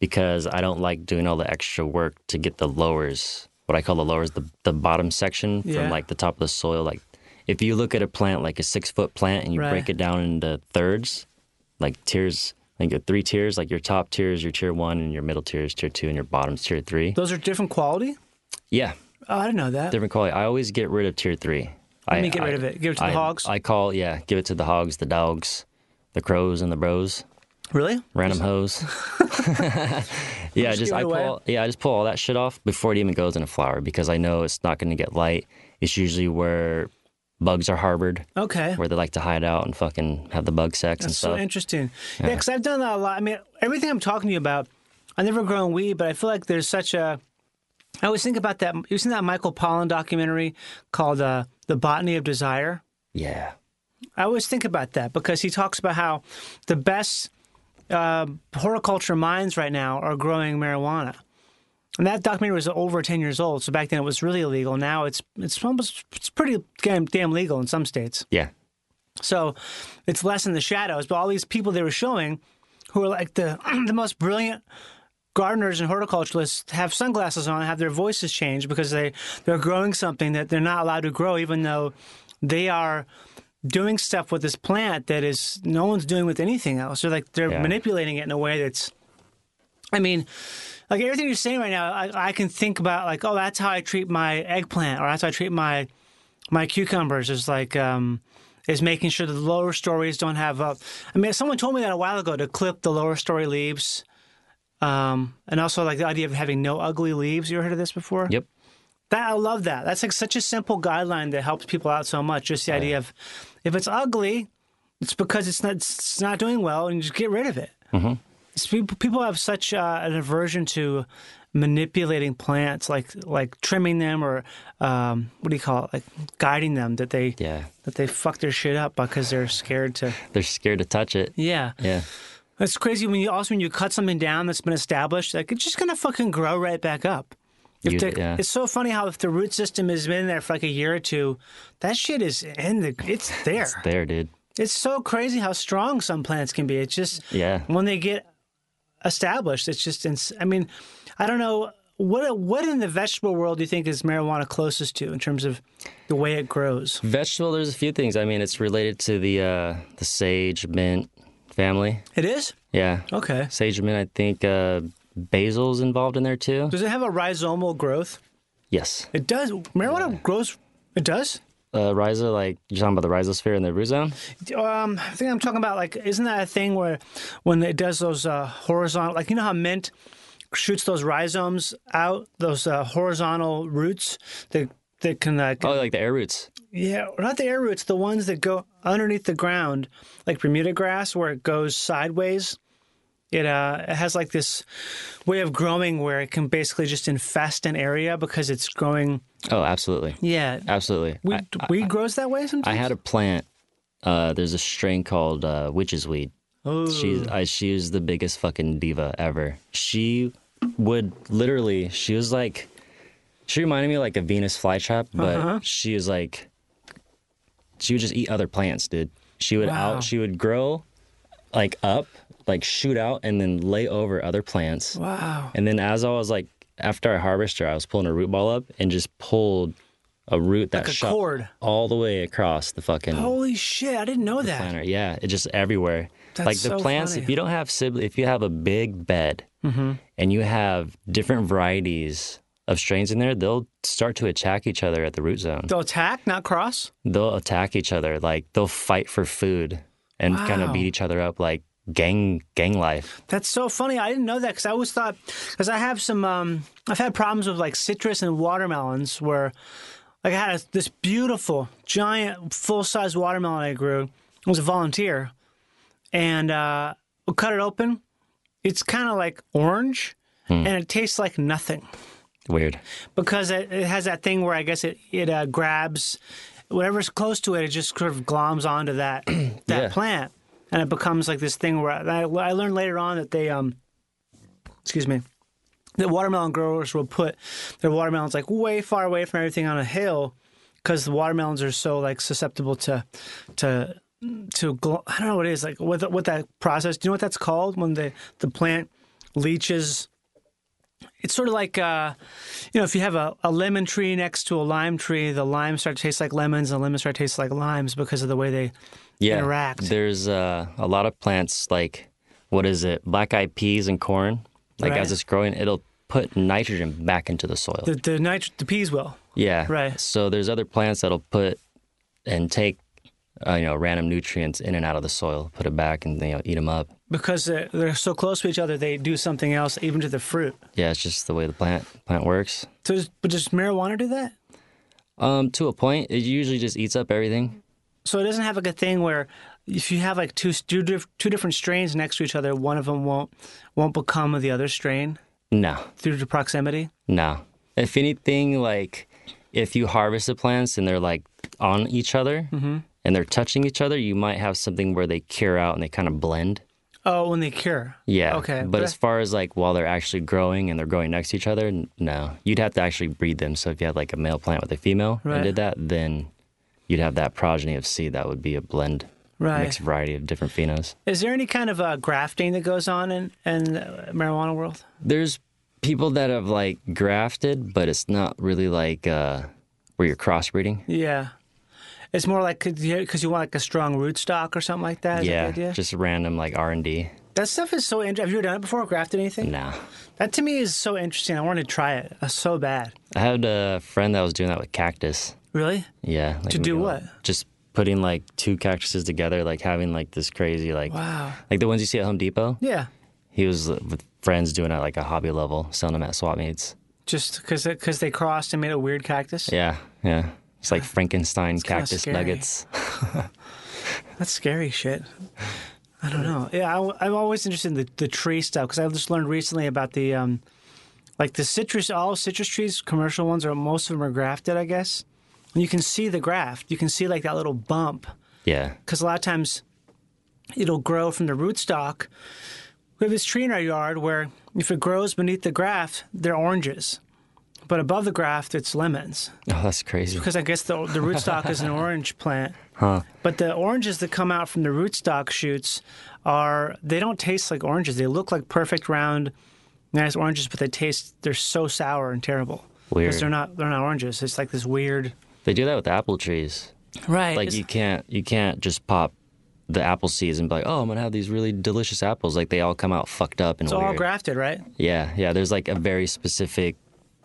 because I don't like doing all the extra work to get the lowers. What I call the lowers, the the bottom section
Yeah.
from like the top of the soil. Like if you look at a plant, like a six foot plant, and you
Right.
break it down into thirds, like tiers, like your three tiers, like your top tier is your tier one, and your middle tier is tier two, and your bottom's tier three.
Those are different quality.
Yeah,
Oh, I didn't know that.
different quality. I always get rid of tier three.
Let
I
me get
I-
rid of it. Give it to the
I-
hogs.
I call yeah, give it to the hogs, the dogs, the crows, and the bros.
Really?
Random hoes. yeah,
Just
just
give it
I
away.
pull yeah, I just pull all that shit off before it even goes in a flower because I know it's not going to get light. It's usually where bugs are harbored,
Okay.
where they like to hide out and fucking have the bug sex and
That's so
stuff.
interesting. Yeah,
Yeah.
because I've done that a lot. I mean, everything I'm talking to you about, I never grown weed, but I feel like there's such a. I always think about that. You've seen that Michael Pollan documentary called uh, "The Botany of Desire."
yeah,
I always think about that because he talks about how the best uh, horticulture minds right now are growing marijuana. And that documentary was over 10 years old, so back then it was really illegal. Now it's it's almost it's pretty damn, damn legal in some states.
yeah,
So it's less in the shadows. But all these people they were showing, who are like the the most brilliant gardeners and horticulturalists, have sunglasses on, have their voices changed because they they're growing something that they're not allowed to grow, even though they are doing stuff with this plant that is no one's doing with anything else. They're like they're
Yeah.
manipulating it in a way that's. I mean, like everything you're saying right now, I, I can think about like, oh, that's how I treat my eggplant, or that's how I treat my my cucumbers is like um, is making sure that the lower stories don't have up. I mean, someone told me that a while ago to clip the lower story leaves, um, and also like the idea of having no ugly leaves. You ever heard of this before?
yep,
That I love that. That's like such a simple guideline that helps people out so much. Just the idea of if it's ugly, it's because it's not it's not doing well, and you just get rid of it.
Mhm.
It's peop- People have such uh, an aversion to manipulating plants, like like trimming them or um, what do you call it, like guiding them that they
yeah.
that they fuck their shit up because they're scared to.
They're scared to touch it.
Yeah,
Yeah,
that's crazy. When you also when you cut something down that's been established, like it's just gonna fucking grow right back up. If
You-
the-
yeah.
It's so funny how if the root system has been there for like a year or two, that shit is in the. It's there. It's,
there, dude.
so crazy how strong some plants can be. It's just
Yeah,
when they get established, it's just. Ins- I mean, I don't know what what in the vegetable world do you think is marijuana closest to in terms of the way it grows?
Vegetable, there's a few things. I mean, it's related to the uh, the sage mint family.
It is.
Yeah.
Okay.
Sage mint. I think uh, basil's involved in there too.
Does it have a rhizomal growth?
Yes.
It does. Marijuana grows. It does.
Uh, rhiza, like you're talking about the rhizosphere and the root zone.
Um, I think I'm talking about like, isn't that a thing where when it does those uh, horizontal, like you know how mint shoots those rhizomes out, those uh, horizontal roots that that can like
Oh, like the air roots.
yeah, not the air roots, the ones that go underneath the ground, like Bermuda grass, where it goes sideways. It uh, it has like this way of growing where it can basically just infest an area because it's growing.
Oh, absolutely.
Yeah,
Absolutely.
weed, weed grows that way sometimes.
I had a plant. Uh, there's a strain called uh, witch's weed.
Oh.
She's I, she is the biggest fucking diva ever. She would literally. She was like. She reminded me of, like a Venus flytrap, but
Uh-huh.
she is like. She would just eat other plants, dude. She would
Wow.
out. She would grow, like up, like shoot out, and then lay over other plants.
Wow.
And then as I was like, after I harvested her, I was pulling a root ball up and just pulled a root that
Like a
shot
cord.
all the way across the fucking
Holy shit! I didn't know that.
planter. Yeah, it just everywhere.
That's
like the
so
plants,
funny. Mm-hmm.
if you don't have sibling, if you have a big bed and you have different varieties of strains in there, they'll start to attack each other at the root zone.
They'll attack, not cross.
They'll attack each other. Like they'll fight for food and kind
Wow.
of beat each other up, like gang gang life.
That's so funny. I didn't know that because I always thought because I have some um, I've had problems with like citrus and watermelons where like I had this beautiful giant full size watermelon I grew. I was a volunteer and uh, we cut it open. It's kind of like orange and it tastes like nothing
Weird.
because it, it has that thing where I guess it it uh, grabs whatever's close to it. It just sort of gloms onto that that
Yeah.
plant, and it becomes like this thing where I, I learned later on that they um, excuse me, that watermelon growers will put their watermelons like way far away from everything on a hill because the watermelons are so like susceptible to to to gl- I don't know what it is like what the, what that process. Do you know what that's called when the the plant leaches? It's sort of like uh, you know if you have a, a lemon tree next to a lime tree, the limes start to taste like lemons, and the lemons start to taste like limes because of the way they
yeah,
interact.
There's uh, a lot of plants like what is it? Black eyed peas and corn. Like
Right.
as it's growing, it'll put nitrogen back into the soil.
the the, nit- the peas will.
yeah.
right.
So there's other plants that'll put and take uh, you know random nutrients in and out of the soil, put it back and you know eat them up.
Because they're, they're so close to each other, they do something else, even to the fruit.
Yeah, it's just the way the plant plant works.
So, does- but does marijuana do that?
Um, to a point, it usually just eats up everything.
So it doesn't have like a thing where if you have like two two, dif- two different strains next to each other, one of them won't won't become the other strain
No,
through to proximity.
no. If anything, like if you harvest the plants and they're like on each other,
hmm
and they're touching each other, you might have something where they cure out and they kind of blend.
Oh, when they cure.
Yeah.
Okay.
But,
but
as far as like while they're actually growing and they're growing next to each other, n- no. You'd have to actually breed them. So if you had like a male plant with a female
Right.
and did that, then you'd have that progeny of seed that would be a blend,
Right.
mixed variety of different phenos.
Is there any kind of uh, grafting that goes on in in the marijuana world?
There's people that have like grafted, but it's not really like uh, where you're crossbreeding.
Yeah. It's more like because you want like a strong rootstock or something like that. Is that the
yeah,
idea?
just random like R and D.
That stuff is so interesting. Have you ever done it before? Grafted anything?
Nah.
That to me is so interesting. I want to try it uh, so bad.
I had a friend that was doing that with cactus.
Really?
Yeah. Like
To do
making,
what?
Just putting like two cactuses together, like having like this crazy like
Wow.
like the ones you see at Home Depot.
Yeah.
He was uh, with friends doing it at, like a hobby level, selling them at swap meets.
Just because because they crossed and made a weird cactus.
Yeah, yeah. It's like Frankenstein
kinda
cactus
scary.
nuggets.
That's scary shit. I don't know. Yeah, I, am always interested in the, the tree stuff because I just learned recently about the um, like the citrus. All citrus trees, commercial ones, are most of them are grafted, I guess. And you can see the graft. You can see like that little bump
Yeah,
because a lot of times it'll grow from the rootstock. We have this tree in our yard where if it grows beneath the graft, they're oranges, but above the graft, it's lemons
oh, that's crazy.
because I guess the the rootstock is an orange plant. But the oranges that come out from the rootstock shoots are they don't taste like oranges. They look like perfect round nice oranges, but they taste they're so sour and terrible.
Weird.
Because they're not they're not oranges. It's like this weird.
They do that with apple trees.
Right.
Like you can't you can't just pop the apple seeds and be like, oh, I'm gonna have these really delicious apples. Like they all come out fucked up and
It's
weird.
all grafted, right?
Yeah, yeah. There's like a very specific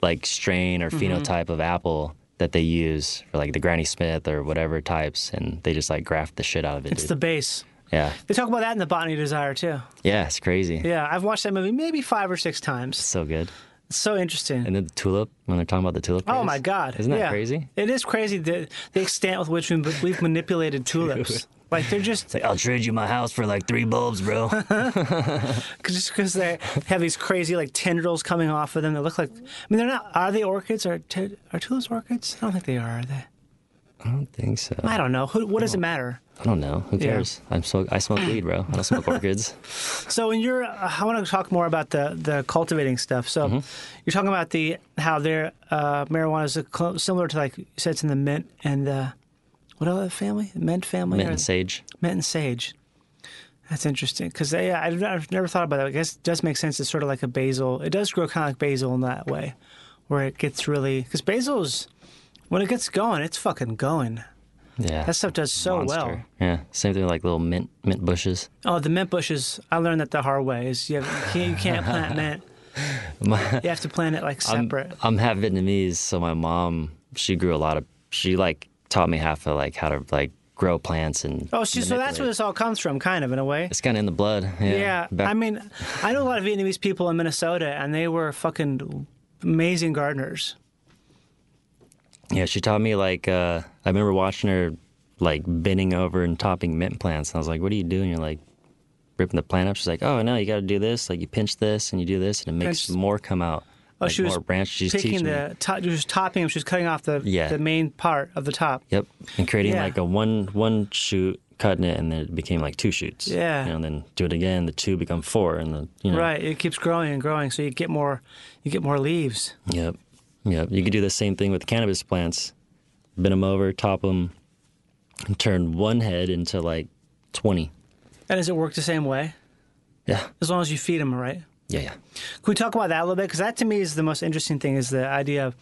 like strain or
Mhm.
phenotype of apple that they use for like the Granny Smith or whatever types, and they just like graft the shit out of it.
It's
dude.
the base.
yeah,
They talk about that in the Botany of Desire too.
yeah. It's crazy.
Yeah, I've watched that movie maybe five or six times.
So good.
It's so interesting.
And then the tulip when they're talking about the tulip.
Oh
craze.
my God!
Isn't that
Yeah.
crazy?
It is crazy the the extent with which we- we've manipulated tulips. Like they're just
It's like I'll trade you my house for like three bulbs, bro.
just because they have these crazy like tendrils coming off of them that look like. I mean, they're not. Are they orchids? Are tu- are tulips orchids? I don't think they are. Are they?
I don't think so.
I don't know. Who, what does it matter?
I don't know. Who
Yeah.
cares? I'm so I smoke weed, bro. I don't smoke orchids.
So when you're, I want to talk more about the the cultivating stuff. So you're talking about the how their uh, marijuana is a cl- similar to like you said it's in the mint and the what other family? Mint family.
Mint
or-
and sage.
Mint and sage. That's interesting because they I've, I've never thought about that. I guess it does make sense. It's sort of like a basil. It does grow kind of like basil in that way, where it gets really because basil's when it gets going, it's fucking going.
Yeah.
That stuff does so well.
Yeah. Same thing with like little mint mint bushes.
Oh, the mint bushes. I learned that the hard way. Is you, have, you, can't, you can't plant mint.
My-
You have to plant it like
I'm,
separate.
I'm half Vietnamese, so my mom she grew a lot of she like taught me half of like how to like grow plants and
oh, so, so that's where
manipulate.
this all comes from, kind of in a way.
it's kind of in the blood. Yeah.
Yeah,
Back-
I mean, I know a lot of Vietnamese people in Minnesota, and they were fucking amazing gardeners.
Yeah, she taught me like uh, I remember watching her like bending over and topping mint plants, and I was like, "What do you do?" And you're like ripping the plant up. She's like, "Oh no, you got to do this. Like you pinch this and you do this, and it makes
Pinch-
more come out.
Oh,
like,
she was
more branches. She's
picking
teaching me.
the top. She was topping them. She was cutting off the
Yeah.
the main part of the top.
Yep, and creating
Yeah.
like a one one shoot cutting it, and then it became like two shoots.
Yeah.
you know, and then do it again. The two become four, and the you know.
Right. It keeps growing and growing, so you get more you get more leaves.
Yep, yep. You could do the same thing with cannabis plants. Bend them over, top them, and turn one head into like twenty.
And does it work the same way?
Yeah.
As long as you feed them, right?
Yeah, yeah.
Can we talk about that a little bit? Because that to me is the most interesting thing is the idea of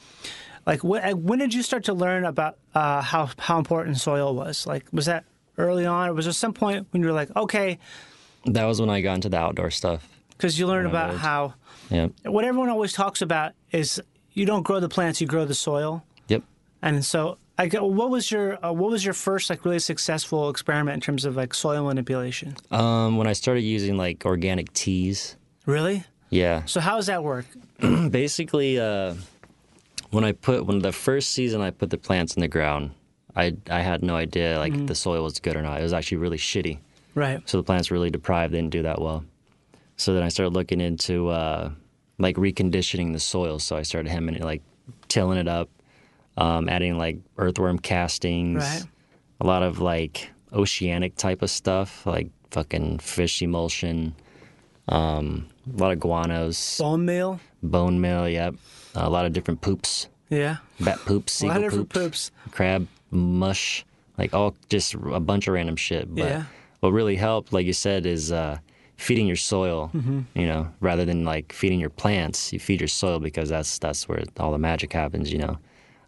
like when, when did you start to learn about uh, how how important soil was? Like was that early on, or was there some point when you were like, okay,
That was when I got into the outdoor stuff.
because you learned
When I
about
moved.
how
Yep.
what everyone always talks about is you don't grow the plants, you grow the soil.
Yep.
And so, I go, what was your uh, what was your first like really successful experiment in terms of like soil manipulation?
Um, when I started using like organic teas,
Really?
yeah.
So how does that work?
Basically, uh, when I put when the first season I put the plants in the ground, I I had no idea like if the soil was good or not. It was actually really shitty.
Right.
So the plants were really deprived. They didn't do that well. So then I started looking into uh, like reconditioning the soil. So I started hemming it, like tilling it up, um, adding like earthworm castings,
Right.
a lot of like oceanic type of stuff, like fucking fish emulsion, um, a lot of guanos,
Bone meal.
bone meal, yep, a lot of different poops,
Yeah.
bat poops,
A lot
seagull
of different
poops,
poops.
crab mush, like all just a bunch of random shit. But
Yeah.
what really helped, like you said, is uh, feeding your soil.
Mhm.
You know, rather than like feeding your plants, you feed your soil because that's that's where all the magic happens. You know,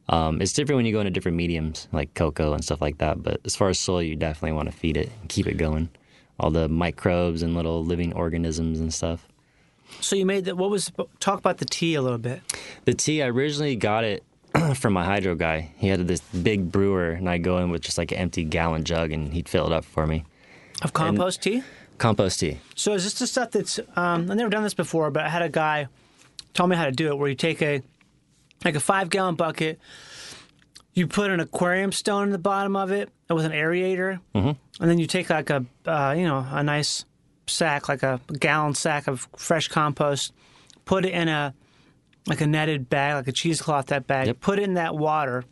um, it's different when you go into different mediums like cocoa and stuff like that. But as far as soil, you definitely want to feed it and keep it going. All the microbes and little living organisms and stuff.
So you made that. What was talk about the tea a little bit?
The tea, I originally got it from my hydro guy. He had this big brewer, and I'd go in with just like an empty gallon jug, and he'd fill it up for me.
Of compost tea?
Compost tea.
So is this the stuff that's um, I've never done this before, but I had a guy tell me how to do it. Where you take a like a five gallon bucket, you put an aquarium stone in the bottom of it with an aerator,
Mhm.
and then you take like a uh, you know a nice sack, like a gallon sack of fresh compost, put it in a like a netted bag, like a cheesecloth that bag. Put it in that water.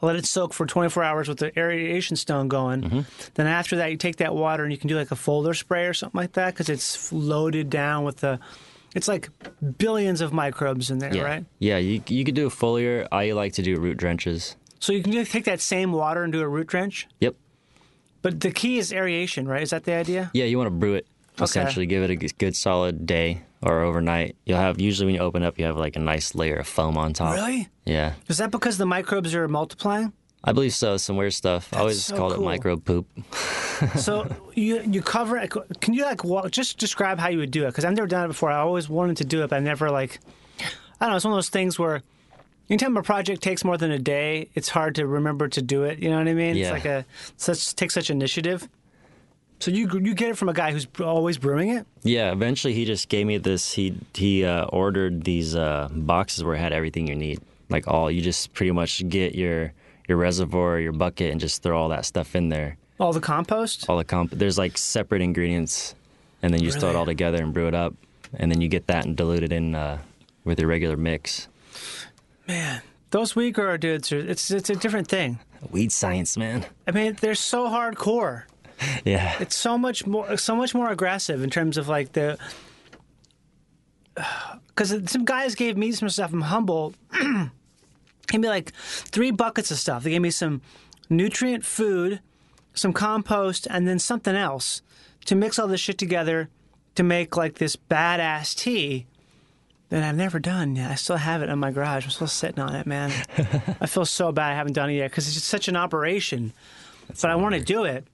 Let it soak for 24 hours with the aeration stone going. Then after that, you take that water and you can do like a foliar spray or something like that because it's loaded down with the, it's like billions of microbes in there,
yeah.
right?
Yeah, you, you could do a foliar. I like to do root drenches.
So you can just take that same water and do a root drench.
Yep.
But the key is aeration, right? Is that the idea?
Yeah, you want to brew it,
Okay.
essentially. Give it a g- good solid day or overnight, you'll have usually when you open up, you have like a nice layer of foam on top.
Really?
Yeah,
Is that because the microbes are multiplying?
I believe so. Some weird stuff. I always
so
called
cool.
it micro poop.
so you you cover it. Can you like walk, just describe how you would do it? Because I've never done it before. I always wanted to do it, but I never like. I don't know. It's one of those things where, anytime a project takes more than a day, it's hard to remember to do it. You know what I mean? It's
Yeah.
like a such take such initiative. So you you get it from a guy who's always brewing it.
Yeah, eventually he just gave me this. He he uh, ordered these uh, boxes where it had everything you need, like all. You just pretty much get your your reservoir, your bucket, and just throw all that stuff in there.
All the compost.
All the comp. There's like separate ingredients, and then you just throw it
Really?
all together and brew it up, and then you get that and dilute it in uh, with your regular mix.
Those weed grower dudes are it's it's a different thing.
Weed science, man.
I mean, they're so hardcore.
Yeah.
It's so much more so much more aggressive in terms of like the because some guys gave me some stuff from Humble. gave me like three buckets of stuff. They gave me some nutrient food, some compost, and then something else to mix all this shit together to make like this badass tea that I've never done yet. I still have it in my garage. I'm still sitting on it, man. I feel so bad I haven't done it yet because it's just such an operation. but I want to do it.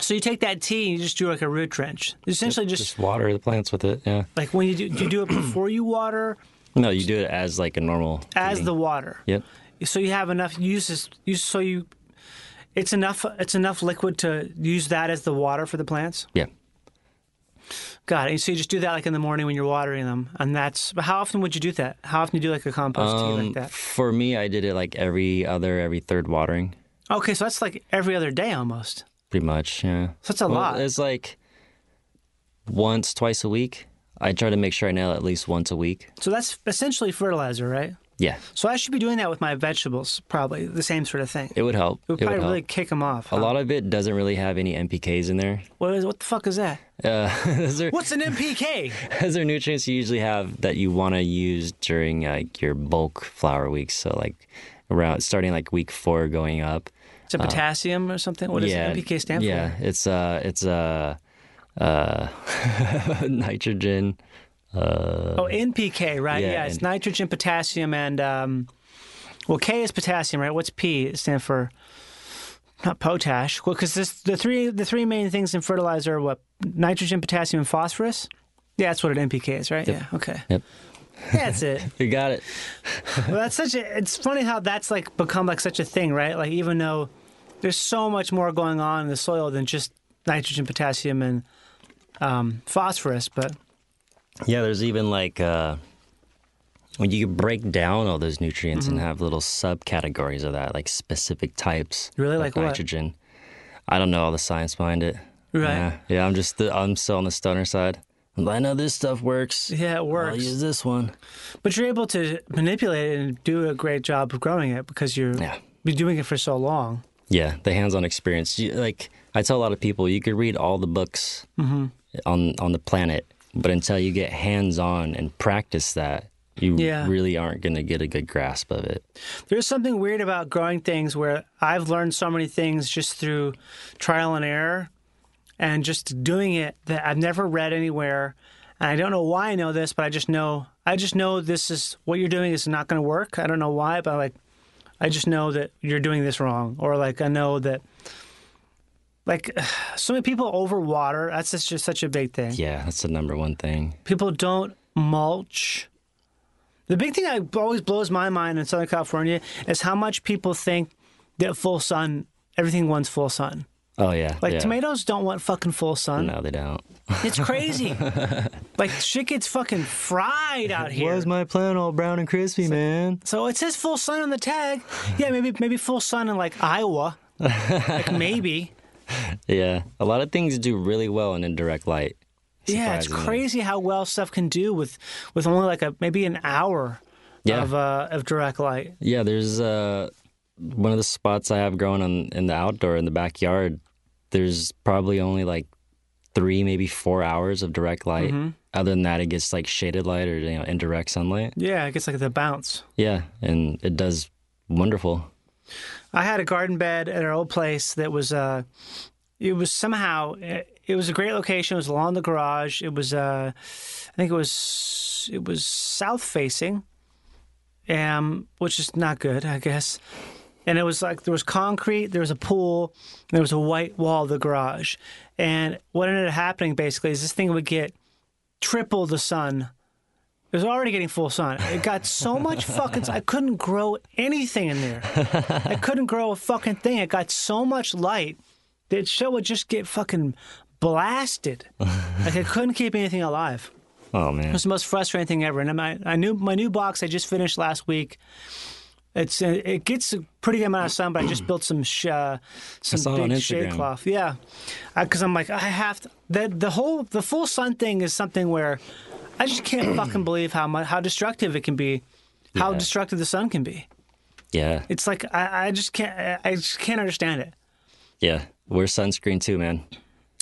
So you take that tea and you just do like a root trench. Essentially, just,
Just water the plants with it. Yeah.
like when you do, do you do it before you water
No, you do it as like a normal.
as
thing.
the water.
Yep.
So you have enough uses. You so you, it's enough. It's enough liquid to use that as the water for the plants.
Yeah.
Got it. And so you just do that like in the morning when you're watering them, and that's. But how often would you do that? How often do you do like a compost tea
Um,
like that?
for me, I did it like every other, every third watering.
Okay, so that's like every other day almost.
Pretty much, yeah.
So that's a lot.
It's like once, twice a week. I try to make sure I nail it at least once a week.
So that's essentially fertilizer, right?
Yeah,
So I should be doing that with my vegetables, probably the same sort of thing. It
it would help.
would
it
probably
would
really
help.
kick them off.
A lot of it doesn't really have any NPKs in there.
What, is, what the fuck is that?
Uh, those, are,
What's an NPK?
those are nutrients you usually have that you want to use during like your bulk flower weeks. So like around starting like week four going up.
It's a potassium or something. What does NPK stand for?
Uh, Yeah, it's uh, it's uh, uh, nitrogen. Uh,
Oh, NPK, right? Yeah,
Yeah,
it's
and-
nitrogen, potassium, and um, well, K is potassium, right? What's P It stand for? Not potash. Well, because the three the three main things in fertilizer are what nitrogen, potassium, and phosphorus. Yeah, that's what an NPK is, right? Yeah. Okay.
Yep.
That's it.
you got it.
well, that's such a. It's funny how that's like become like such a thing, right? Like even though there's so much more going on in the soil than just nitrogen, potassium, and um, phosphorus, but
Yeah, there's even like uh, when you could break down all those nutrients
Mm-hmm.
and have little subcategories of that, like specific types.
Really?
of
Like what?
nitrogen. I don't know all the science behind it.
Right.
Yeah, yeah. I'm just the, I'm still on the stoner side. I know this stuff works.
yeah, it
I'll
works.
use this one.
But you're able to manipulate it and do a great job of growing it because you're
Yeah.
been doing it for so long.
Yeah, the hands-on experience. You, like I tell a lot of people, you could read all the books
Mm-hmm.
on on the planet, but until you get hands-on and practice that, you
Yeah.
really aren't going to get a good grasp of it.
There's something weird about growing things where I've learned so many things just through trial and error and just doing it that I've never read anywhere. And I don't know why I know this, but I just know I just know this is what you're doing is not going to work. I don't know why, but like I just know that you're doing this wrong or like I know that like so many people overwater. That's just, just such a big thing.
Yeah, that's the number one thing.
people don't mulch. The big thing that always blows my mind in Southern California is how much people think that full sun, everything wants full sun.
Oh yeah,
Like
yeah.
tomatoes don't want fucking full sun.
No, they don't.
It's crazy. like shit gets fucking fried out here.
my plant all brown and crispy, man?
so it says full sun on the tag. Yeah, maybe maybe full sun in like Iowa. like maybe.
Yeah, a lot of things do really well in indirect light.
Yeah, it's
Surprisingly.
crazy how well stuff can do with with only like a maybe an hour
Yeah.
of uh, of direct light.
Yeah, there's uh, one of the spots I have growing on in the outdoor in the backyard. There's probably only like three, maybe four hours of direct light. Other than that, it gets like shaded light or you know indirect sunlight.
Yeah, it gets like the bounce.
Yeah, and it does wonderful.
I had a garden bed at our old place that was uh, it was somehow it, it was a great location. It was along the garage. It was uh, I think it was it was south facing, um, which is not good, I guess. And it was like there was concrete, there was a pool, and there was a white wall of the garage. And what ended up happening basically is this thing would get triple the sun. It was already getting full sun. It got so much fucking. I couldn't grow anything in there. I couldn't grow a fucking thing. It got so much light that shit would just get fucking blasted. Like I couldn't keep anything alive.
Oh
It
man.
was the most frustrating thing ever. And I, I knew my new box I just finished last week. It's uh, it gets a pretty good amount of sun, but I just built some sh- uh,
saw
some
it on
big shade
Instagram.
cloth. Yeah, because I'm like I have to, the the whole the full sun thing is something where I just can't fucking believe how much how destructive it can be, how
Yeah.
destructive the sun can be.
Yeah.
It's like I, I just can't I I just can't understand it.
Yeah. Wear sunscreen too, man.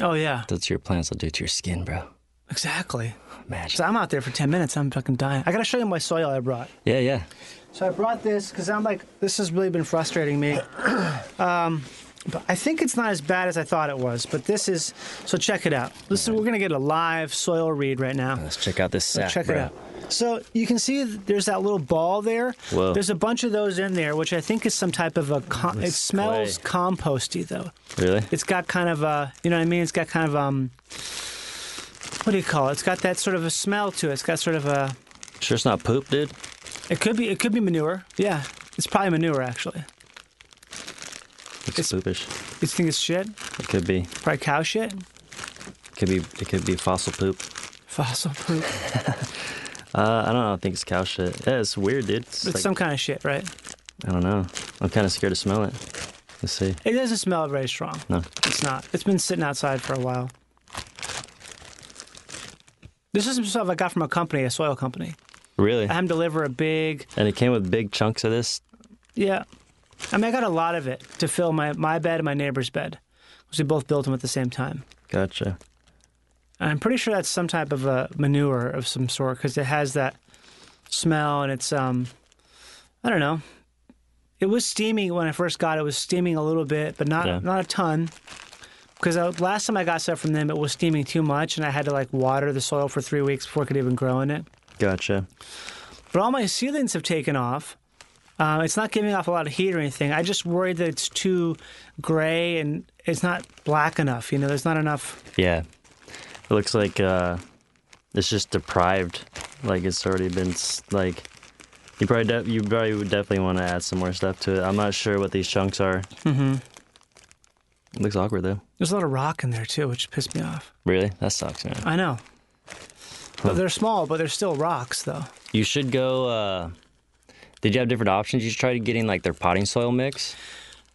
Oh yeah,
That's what your plants will do to your skin, bro.
exactly.
Imagine.
So I'm out there for ten minutes. I'm fucking dying. I gotta show you my soil I brought.
Yeah, yeah.
So I brought this because I'm like, this has really been frustrating me. um, but I think it's not as bad as I thought it was. But this is so check it out. This is we're gonna get a live soil read right now.
Let's check out this
So
sap,
check
bro.
it out. So you can see th- there's that little ball there.
Whoa.
There's a bunch of those in there, which I think is some type of a. Com- it
It's
smells composty though.
Really?
It's got kind of a, you know what I mean? It's got kind of um, what do you call it? It's got that sort of a smell to it. It's got sort of a.
Sure, it's not poop, dude.
It could be. It could be manure. Yeah, it's probably manure actually.
It's,
It's-
poopish.
You think it's shit?
It could be.
Probably cow shit.
Could be. It could be fossil poop.
Fossil poop.
Uh, I don't know. I think it's cow shit. Yeah, it's weird, dude. It's,
It's
like,
some kind of shit, right?
I don't know. I'm kind of scared to smell it. Let's see.
It doesn't smell very strong.
No.
It's not. It's been sitting outside for a while. This is some stuff I got from a company, a soil company.
Really?
I had them deliver a big,
And it came with big chunks of this.
yeah. I mean, I got a lot of it to fill my, my bed and my neighbor's bed. 'cause we both built them at the same time.
Gotcha.
And I'm pretty sure that's some type of a manure of some sort because it has that smell and it's um, I don't know. It was steaming when I first got it. It was steaming a little bit, but not
Yeah.
not a ton. Because I, last time I got stuff from them, it was steaming too much, and I had to like water the soil for three weeks before I could even grow in it.
Gotcha.
But all my seedlings have taken off. Uh, it's not giving off a lot of heat or anything. I just worry that it's too gray and it's not black enough. You know, there's not enough
Yeah. It looks like uh, it's just deprived. Like it's already been s- like. You probably de- you probably would definitely want to add some more stuff to it. I'm not sure what these chunks are. Mm-hmm. looks awkward though.
There's a lot of rock in there too, which pissed me off.
Really? That sucks, man.
I know. But they're small, but they're still rocks, though.
You should go. Uh, did you have different options? You should try getting like their potting soil mix.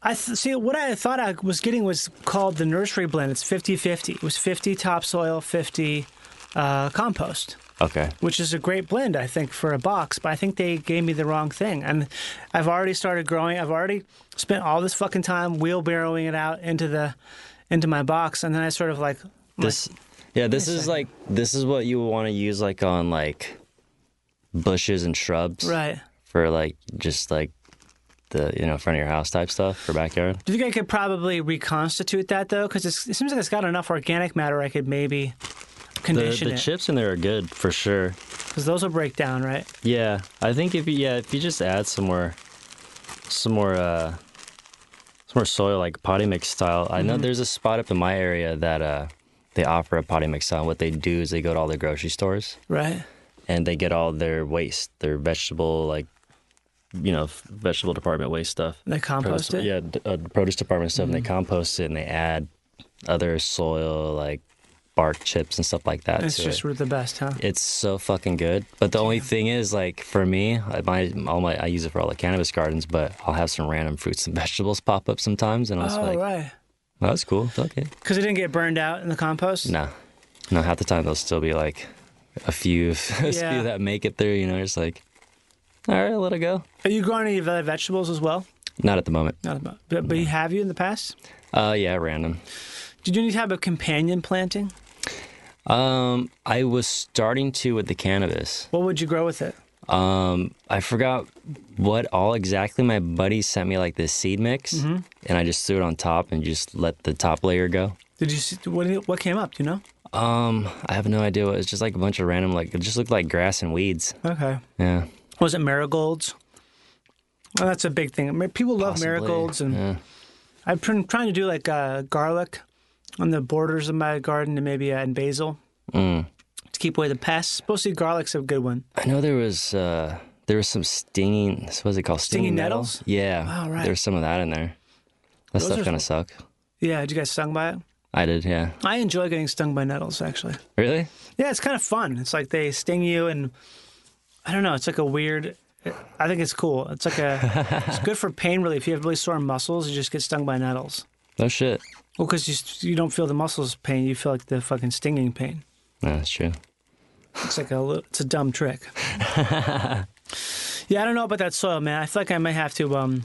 I th- see what I thought I was getting was called the nursery blend. It's 50-50. It was 50 topsoil, 50 uh, compost,
Okay.
which is a great blend, I think, for a box. But I think they gave me the wrong thing, and I've already started growing. I've already spent all this fucking time wheelbarrowing it out into the into my box, and then I sort of like
This. Yeah. This is like this is what you want to use like on like bushes and shrubs.
right.
For like just like the you know front of your house type stuff or backyard.
Do you think I could probably reconstitute that though? Because it seems like it's got enough organic matter I could maybe
The,
condition
the
it.
chips in there are good for sure.
Because those will break down, right?
Yeah, I think if you yeah if you just add some more, some more uh, some more soil like potty mix style. I know there's a spot up in my area that uh they offer a potty mix style. What they do is they go to all the grocery stores
Right.
and they get all their waste, their vegetable like, you know, f- vegetable department waste stuff.
And they compost
Produce-
it. Mm.
Yeah, d- uh, produce department stuff, and they compost it and they add other soil like bark chips and stuff like that.
It's
to it.
just the best, huh?
It's so fucking good. But the only thing is, like for me, I, my all my I use it for all the cannabis gardens, but I'll have some random fruits and vegetables pop up sometimes, and I was
Oh,
like,
right.
"Oh, that's cool. Okay,
Because it didn't get burned out in the compost.
no, no. Half the time they'll still be like a few, a
Yeah.
few that make it through. You know, it's like, all right, let it go.
Are you growing any other vegetables as well?
Not at the moment.
Not about, but, but you have you in the past?
Uh, yeah, random.
Did you need to have a companion planting?
Um, I was starting to with the cannabis.
What would you grow with it?
Um, I forgot what all exactly my buddy sent me like this seed mix,
Mhm.
and I just threw it on top and just let the top layer go.
Did you see what? What came up? Do you know?
Um, I have no idea. It was just like a bunch of random, like it just looked like grass and weeds.
Okay.
Yeah,
Was it marigolds? Well, that's a big thing. Ma- People love
Possibly,
marigolds, and
yeah.
I've been trying to do like uh, garlic on the borders of my garden, and maybe uh, and basil
Mm.
to keep away the pests. Mostly garlic's a good one.
I know there was uh there was some stinging. What was it called?
Stinging nettles?
Yeah.
Wow, right.
There's some of that in there. That
Those
stuff
are-
kind of suck.
Yeah, did you guys stung by it?
I did. Yeah.
I enjoy getting stung by nettles, actually.
Really?
Yeah, it's kind of fun. It's like they sting you, and I don't know. It's like a weird. I think it's cool. It's like a. it's good for pain relief. If you have really sore muscles, you just get stung by nettles.
No shit.
Well, because you you don't feel the muscles pain, you feel like the fucking stinging pain.
No, that's true.
It's like a li- it's a dumb trick. yeah, I don't know about that soil, man. I feel like I might have to. Um,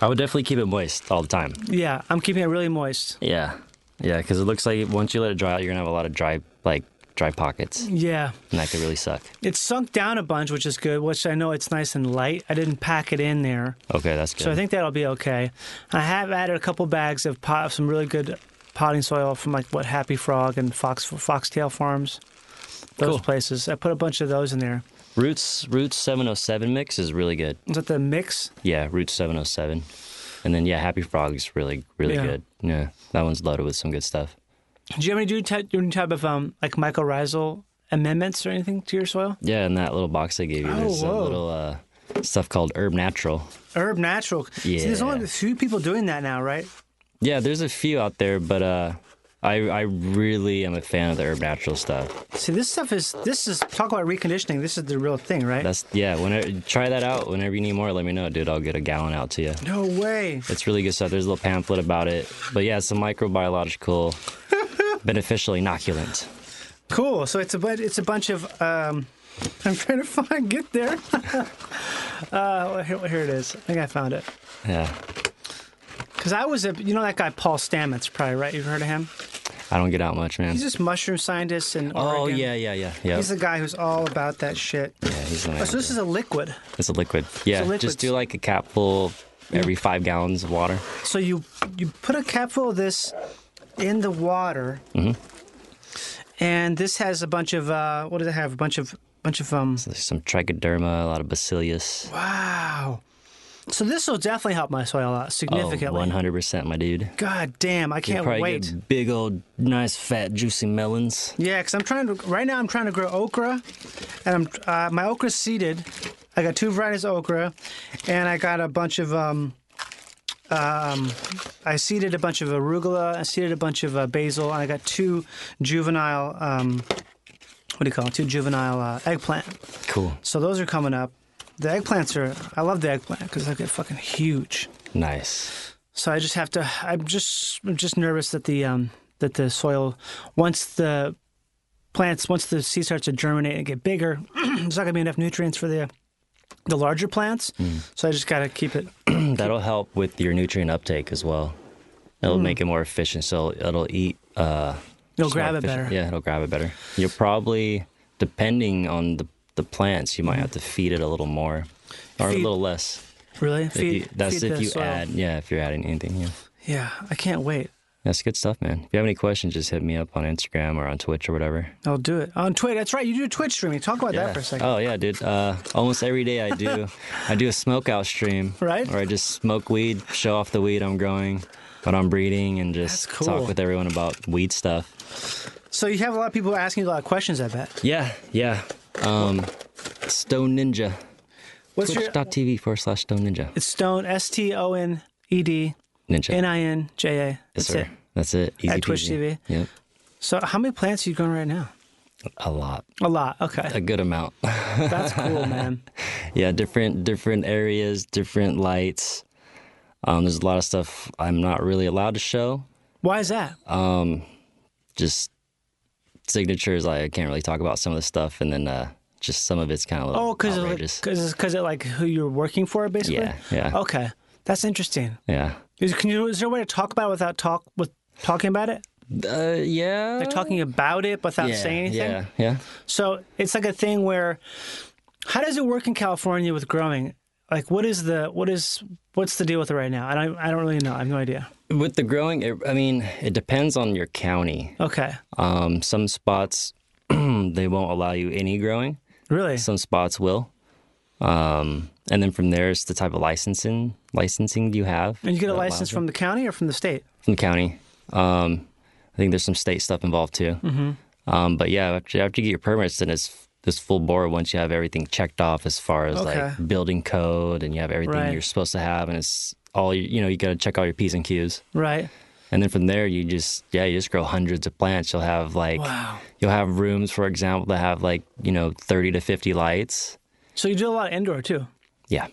I would definitely keep it moist all the time.
yeah, I'm keeping it really moist.
Yeah. Yeah, because it looks like once you let it dry out, you're gonna have a lot of dry like dry pockets,
Yeah,
and that could really suck.
it's sunk down a bunch, which is good. Which I know it's nice and light. I didn't pack it in there.
Okay, that's good.
So I think that'll be okay. I have added a couple bags of pot of some really good potting soil from like what Happy Frog and Fox Foxtail Farms, those places. I put a bunch of those in there.
Roots Roots 707 mix is really good.
Is that the mix?
Yeah, Roots 707, and then yeah, Happy Frog's really really
Yeah.
good. Yeah, that one's loaded with some good stuff.
Do you have any do type, any type of um like mycorrhizal amendments or anything to your soil?
Yeah, and that little box they gave you,
Oh,
there's a
whoa.
little uh, stuff called Herb Natural.
Herb natural. See, there's only a few people doing that now, right?
Yeah, there's a few out there, but uh, I I really am a fan of the Herb Natural stuff.
See, this stuff is this is talk about reconditioning. This is the real thing, right?
That's yeah. Whenever try that out, whenever you need more, let me know, dude. I'll get a gallon out to you.
no way.
It's really good stuff. There's a little pamphlet about it, but yeah, it's a microbiological, beneficial inoculant.
Cool. So it's a bunch. It's a bunch of. Um, I'm trying to find. Get there. uh, here, here it is. I think I found it.
Yeah,
Cause I was a. You know that guy Paul Stamets, probably right? You've heard of him?
I don't get out much, man.
He's this mushroom scientist in
oh
Oregon.
yeah, yeah, yeah, yeah.
He's the guy who's all about that shit.
yeah, he's the
Oh,
man.
so this is a liquid.
It's a liquid. Yeah,
liquid's-
just do like a capful every five gallons of water.
So you you put a capful of this in the water,
Mhm.
and this has a bunch of uh, what does it have? A bunch of bunch of um.
There's some trichoderma, a lot of bacillus. Oh,
Wow. So this will definitely help my soil out significantly.
Oh, 100%, my dude.
God damn, I
You'll
can't
probably
wait.
Get big old, nice, fat, juicy melons.
Yeah, because I'm trying to right now. I'm trying to grow okra, and I'm uh, my okra's seeded. I got two varieties of okra, and I got a bunch of um, um, I seeded a bunch of arugula. I seeded a bunch of uh, basil, and I got two juvenile um, what do you call it? Two juvenile uh, eggplant.
Cool.
So those are coming up. The eggplants are. I love the eggplant because they get fucking huge.
Nice.
So I just have to. I'm just I'm just nervous that the um that the soil once the plants once the seed starts to germinate and get bigger, there's not gonna be enough nutrients for the the larger plants.
Mm.
So I just gotta keep it.
That'll help with your nutrient uptake as well. It'll make it more efficient, so it'll eat. Uh,
Mm. It'll
just
grab
more
it
efficient-
better.
Yeah, it'll grab it better. You'll probably, depending on the, the plants, you might have to feed it a little more or
Feed-
a little less.
Really,
If you, that's
feed
if
the
you
soil.
add, yeah, if you're adding anything. Yeah.
Yeah, I can't wait.
That's good stuff, man. If you have any questions, just hit me up on Instagram or on Twitch or whatever.
I'll do it on Twitch. That's right. You do Twitch streaming. Talk about that for a second.
Oh yeah, dude. Uh, almost every day I do, I do a smoke out stream,
Right?
Where I just smoke weed, show off the weed I'm growing, what I'm breeding, and just
That's cool.
talk with everyone about weed stuff.
So you have a lot of people asking you a lot of questions. I bet.
Yeah, yeah. Um, Stone Ninja.
What's your-
Twitch.tv forward slash Stone Ninja.
It's Stone S T O N E D
Ninja.
N I N J A.
yes,
That's
sir.
it.
That's it. Easy
At Twitch
peasy.
TV.
Yep.
So how many plants are you growing right now?
A lot.
A lot. Okay.
A good amount.
That's cool, man.
yeah different different areas different lights um, there's a lot of stuff i'm not really allowed to show
Why is that?
um, just signatures like, i can't really talk about some of the stuff and then uh, just some of it's kind of a little
Oh, because
outrageous.
because because it like who you're working for, basically.
Yeah, yeah.
Okay, that's interesting.
yeah
Is, can you, is there a way to talk about it without talk with talking about it?
uh, yeah
Like talking about it without
Uh, yeah,
saying anything.
yeah yeah
So it's like a thing where How does it work in California with growing? Like, what is the what is what's the deal with it right now? I don't I don't really know. I have no idea.
With the growing, it, I mean, it depends on your county.
Okay.
Um, some spots they won't allow you any growing.
Really?
Some spots will. Um, and then from there, it's the type of licensing licensing you have
And you get a
that allows
license
it.
from the county or from the state?
from the county. Um, I think there's some state stuff involved too.
Mhm.
Um, but yeah, after, after you get your permits, then it's this full bore once you have everything checked off as far as
Okay.
like building code and you have everything
Right.
you're supposed to have, and it's all you you know. You got to check all your p's and q's.
Right.
And then from there, you just yeah, you just grow hundreds of plants. You'll have like
Wow.
you'll have rooms, for example, that have like you know thirty to fifty lights.
So you do a lot of indoor too.
Yeah,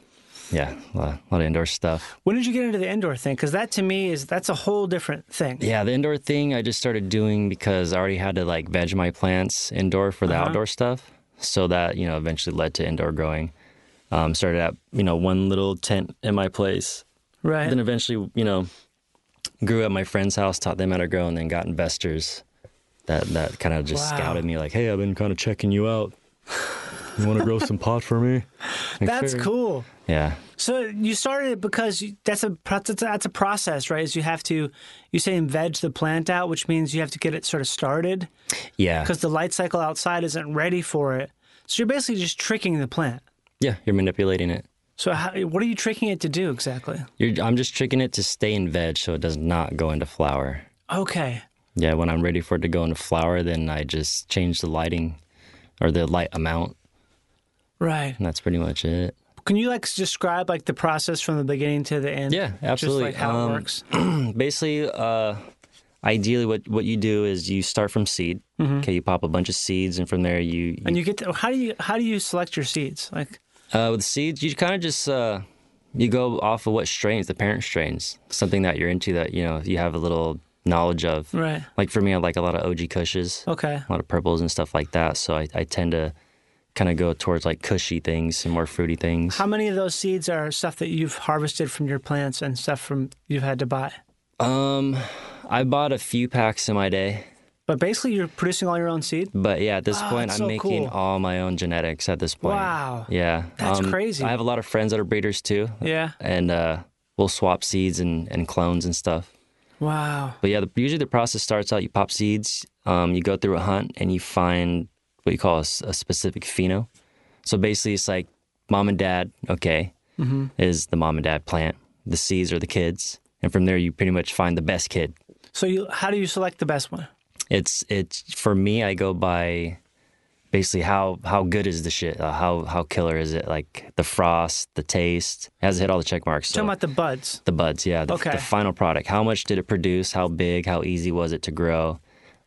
yeah, a lot, a lot of indoor stuff.
When did you get into the indoor thing? Because that to me is that's a whole different thing.
Yeah, the indoor thing I just started doing because I already had to like veg my plants indoor for the
Uh-huh.
outdoor stuff. So that, you know, eventually led to indoor growing. Um, started at, you know, one little tent in my place.
Right.
Then eventually, you know, grew at my friend's house, taught them how to grow, and then got investors that, that kind of just
Wow.
scouted me like, hey, I've been kind of checking you out. You want to grow some pot for me? Like,
That's
"Sure."
cool.
Yeah.
So you started it because you, that's a pro- that's a- that's a process, right? Is you have to you say and veg the plant out, which means you have to get it sort of started
Yeah.
because the light cycle outside isn't ready for it. So you're basically just tricking the plant.
Yeah. You're manipulating it.
So how, what are you tricking it to do exactly?
You're, I'm just tricking it to stay in veg so it does not go into flower.
Okay.
Yeah, when I'm ready for it to go into flower, then I just change the lighting or the light amount,
Right.
and that's pretty much it.
Can you like describe like the process from the beginning to the end?
Yeah, absolutely.
Just like how
Um,
it works.
Basically, uh, ideally, what, what you do is you start from seed.
Mm-hmm.
Okay, you pop a bunch of seeds, and from there, you, you
And you get to, how do you how do you select your seeds? Like
uh, with seeds, you kind of just uh, you go off of what strains, the parent strains, something that you're into that you know you have a little knowledge of.
Right.
Like for me, I like a lot of OG Kushes.
okay.
a lot of purples and stuff like that. So I, I tend to kind of go towards like cushy things and more fruity things.
How many of those seeds are stuff that you've harvested from your plants and stuff from you've had to buy?
Um, I bought a few packs in my day,
But basically, you're producing all your own seed.
but yeah, at this
Ah,
point,
that's
I'm
so
making
cool.
all my own genetics at this point.
Wow.
Yeah, um,
That's crazy.
I have a lot of friends that are breeders too.
Yeah.
and uh, we'll swap seeds and, and clones and stuff.
Wow.
But yeah, the, usually the process starts out: you pop seeds, um, you go through a hunt, and you find what you call a, s- a specific pheno. So basically, it's like mom and dad. Okay,
Mhm.
is the mom and dad plant. The seeds are the kids, and from there, you pretty much find the best kid.
So you, how do you select the best one?
It's it's for me. I go by basically how how good is the shit? Uh, how how killer is it? Like the frost, the taste it has hit all the check marks. So
Talking about the buds.
the buds, yeah. The,
Okay.
the final product. How much did it produce? How big? How easy was it to grow?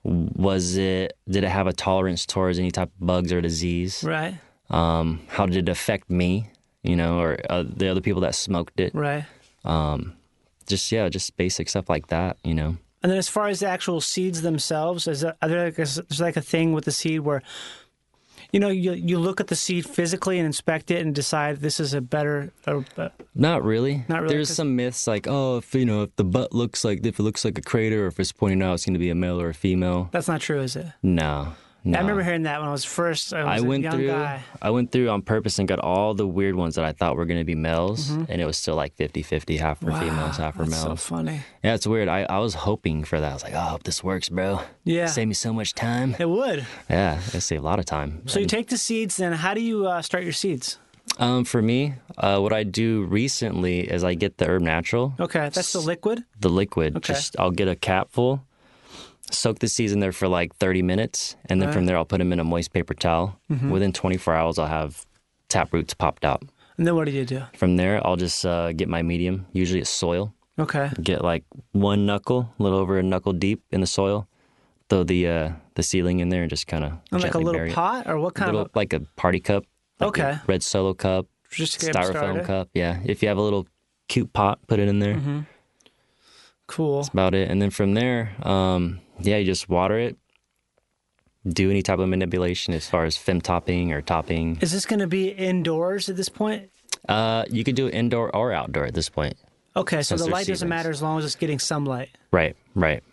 Was it did it have a tolerance towards any type of bugs or disease?
Right.
Um, how did it affect me? You know, or uh, the other people that smoked it.
Right.
Um, just yeah, just basic stuff like that. You know.
And then as far as the actual seeds themselves, is there, are there like a, there's like a thing with the seed where, you know, you you look at the seed physically and inspect it and decide this is a better. Or, uh,
Not really.
Not really,
There's
'cause-
some myths like, oh, if you know, if the butt looks like if it looks like a crater, or if it's pointing out, it's going to be a male or a female.
that's not true, is it?
No, no.
I remember hearing that when I was first. I, was
I
a
went
young
through.
guy.
I went through on purpose and got all the weird ones that I thought were going to be males, and it was still like 50-50, half for females, half for
Mm-hmm. That's so
males.
funny.
yeah, it's weird. I, I was hoping for that. I was like, oh, I hope this works, bro.
Yeah.
save me so much time.
It would.
Yeah, it saved a lot of time.
So you take the seeds, then how do you uh, start your seeds?
Um, for me, uh, what I do recently is I get the herb natural.
Okay, that's the liquid.
the liquid.
Okay.
Just I'll get a cap full, soak the seeds in there for like 30 minutes, and then from
Alright.
there I'll put them in a moist paper towel.
Mm-hmm.
Within 24 hours, I'll have tap roots popped out.
And then what do you do?
From there, I'll just uh, get my medium. Usually it's soil.
Okay.
Get like one knuckle, a little over a knuckle deep in the soil. Throw the uh, the seedling in there and just kind of
And like a little pot or what kind
little,
of?
like a party cup. like a
Okay.
red solo cup.
Just to get 'em
styrofoam
started. Mm-hmm.
cup. Yeah. If you have a little cute pot, put it in there.
Cool.
about it. And then from there, um, yeah, you just water it. Do any type of manipulation as far as fem topping or topping.
Is this going to be indoors at this point?
Uh, you could do it indoor or outdoor at this point.
Okay, so
Since
the
they're
light doesn't
seedlings.
matter as long as it's getting some light.
Right, right.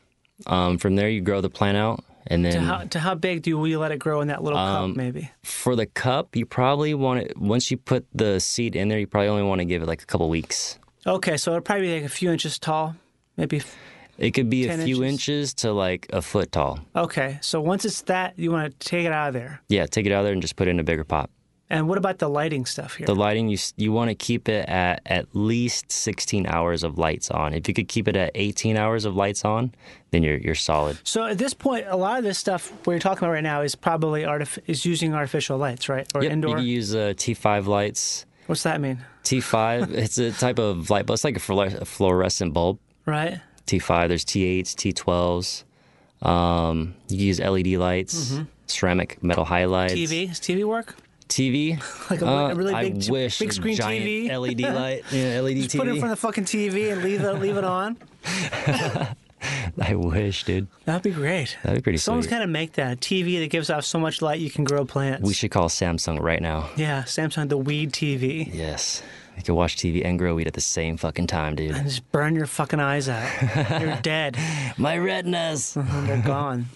Um, from there, you grow the plant out, And then
to how, to how big do you, will you let it grow in that little
Um,
cup? Maybe.
for the cup, you probably want it once you put the seed in there. You probably only want to give it like a couple weeks.
Okay, so it'll probably be like a few inches tall, maybe. f-
It could be a
10
few
inches.
inches to like a foot tall.
Okay, so once it's that, you want to take it out of there.
Yeah, take it out of there and just put it in a bigger pot.
And what about the lighting stuff here?
The lighting you s- you want to keep it at at least 16 hours of lights on. If you could keep it at 18 hours of lights on, then you're you're solid.
so at this point, a lot of this stuff we're talking about right now is probably artif- is using artificial lights, right? Or
Yep, You
indoor.
can use uh, T5 lights.
What's that mean?
T5, it's a type of light bulb. It's like a fluores- a fluorescent bulb.
Right.
T5, there's T8s, T12s. Um, you can use LED lights,
Mhm.
ceramic metal highlights.
TV. Does TV work?
TV.
Like a,
Uh,
a really big,
I
t-
wish
big screen
giant E
TV.
LED light. Yeah, E LED
Just put it in
TV.
front of the fucking TV and leave it leave it on.
I wish, dude.
That'd be great.
That'd be pretty
Someone's
sweet.
got to make that a TV that gives off so much light you can grow plants.
We should call Samsung right now.
yeah, Samsung the weed TV.
Yes. You can watch TV and grow weed at the same fucking time, dude.
And just burn your fucking eyes out. You're dead.
My retinas.
They're gone.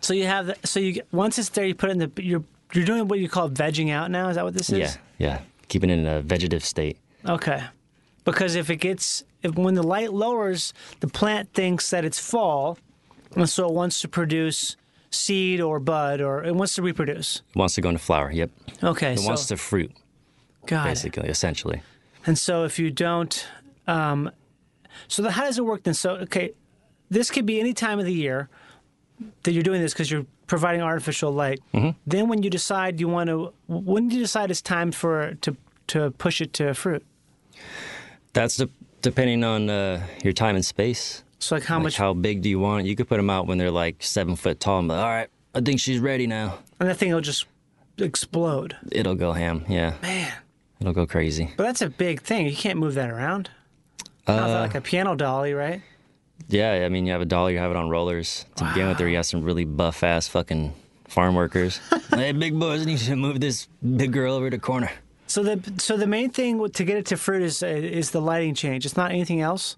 so you have the, so you get- once it's there, you put it in the you're you're doing what you call vegging out now. Is that what this is?
Yeah, yeah. Keeping it in a vegetative state.
Okay. Because if it gets, if, when the light lowers, the plant thinks that it's fall, and so it wants to produce seed or bud, or it wants to reproduce.
It wants to go into flower. Yep.
Okay,
It
so-
wants to fruit,
Got it.
basically, essentially.
And so if you don't, um, so the, how does it work then? So okay, this could be any time of the year that you're doing this because you're providing artificial light.
Mm-hmm.
Then when you decide you want to, when do you decide it's time for to to push it to fruit?
That's de- depending on uh, your time and space.
So like how much?
How big do you want? it? You could put them out when they're like seven foot tall. I'm like, all right, I think she's ready now.
and that thing will just explode.
It'll go ham. Yeah.
Man.
It'll go crazy.
But that's a big thing. You can't move that around. Not
Uh,
like a piano dolly, right?
Yeah, I mean, you have a dollar, you have it on rollers. To begin with, there you have some really buff ass fucking farm workers. hey, big boys, I need you to move this big girl over to the corner.
So the so the main thing to get it to fruit is is the lighting change. It's not anything else.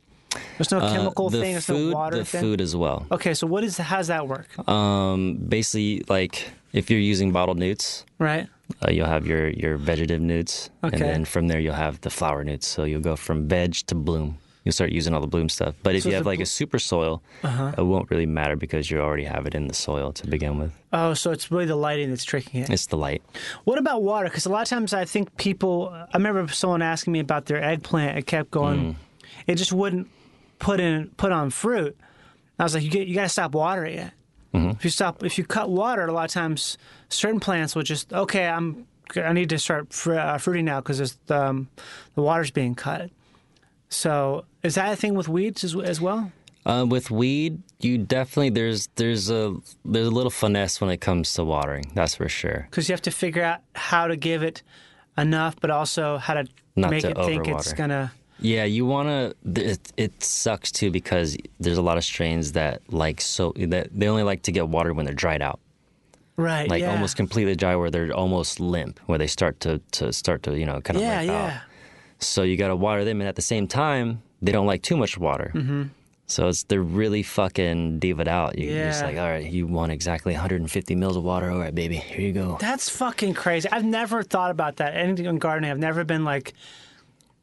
There's no
Uh,
chemical
the
thing. There's
food-
no water
the
thing.
food as well.
Okay, so what is how's that work?
Um, basically, like if you're using bottled newts,
Right.
uh, you'll have your your vegetative newts,
Okay.
and then from there you'll have the flower newts. So you'll go from veg to bloom. You'll start using all the bloom stuff. But if
So
you
the
have like
blo-
a super soil,
Uh-huh.
it won't really matter because you already have it in the soil to begin with.
Oh, so it's really the lighting that's tricking it.
It's the light.
What about water? Because a lot of times I think people. I remember someone asking me about their eggplant. It kept
Mm.
going. It just wouldn't put in put on fruit. I was like, you get, you got to stop watering it.
Mm-hmm.
If you stop, if you cut water, a lot of times certain plants will just okay. I'm I need to start fr- uh, fruiting now because um, the water's being cut. So is that a thing with weeds as, as well?
Uh, with weed, you definitely there's there's a there's a little finesse when it comes to watering. That's for sure.
Because you have to figure out how to give it enough, but also how to
Not
make
to
it think it's
overwater.
gonna.
Yeah, you wanna. th- It, it sucks too because there's a lot of strains that like so that they only like to get watered when they're dried out,
Right.
like
yeah.
almost completely dry, where they're almost limp, where they start to to start to you know kind of
Yeah,
limp
yeah.
out. So you gotta water them, and at the same time, they don't like too much water.
Mm-hmm.
So it's they're really fucking divaed out. You're just
Yeah.
like, all right, you want exactly 150 mils of water. All right, baby, here you go.
That's fucking crazy. I've never thought about that. Anything in gardening, I've never been like.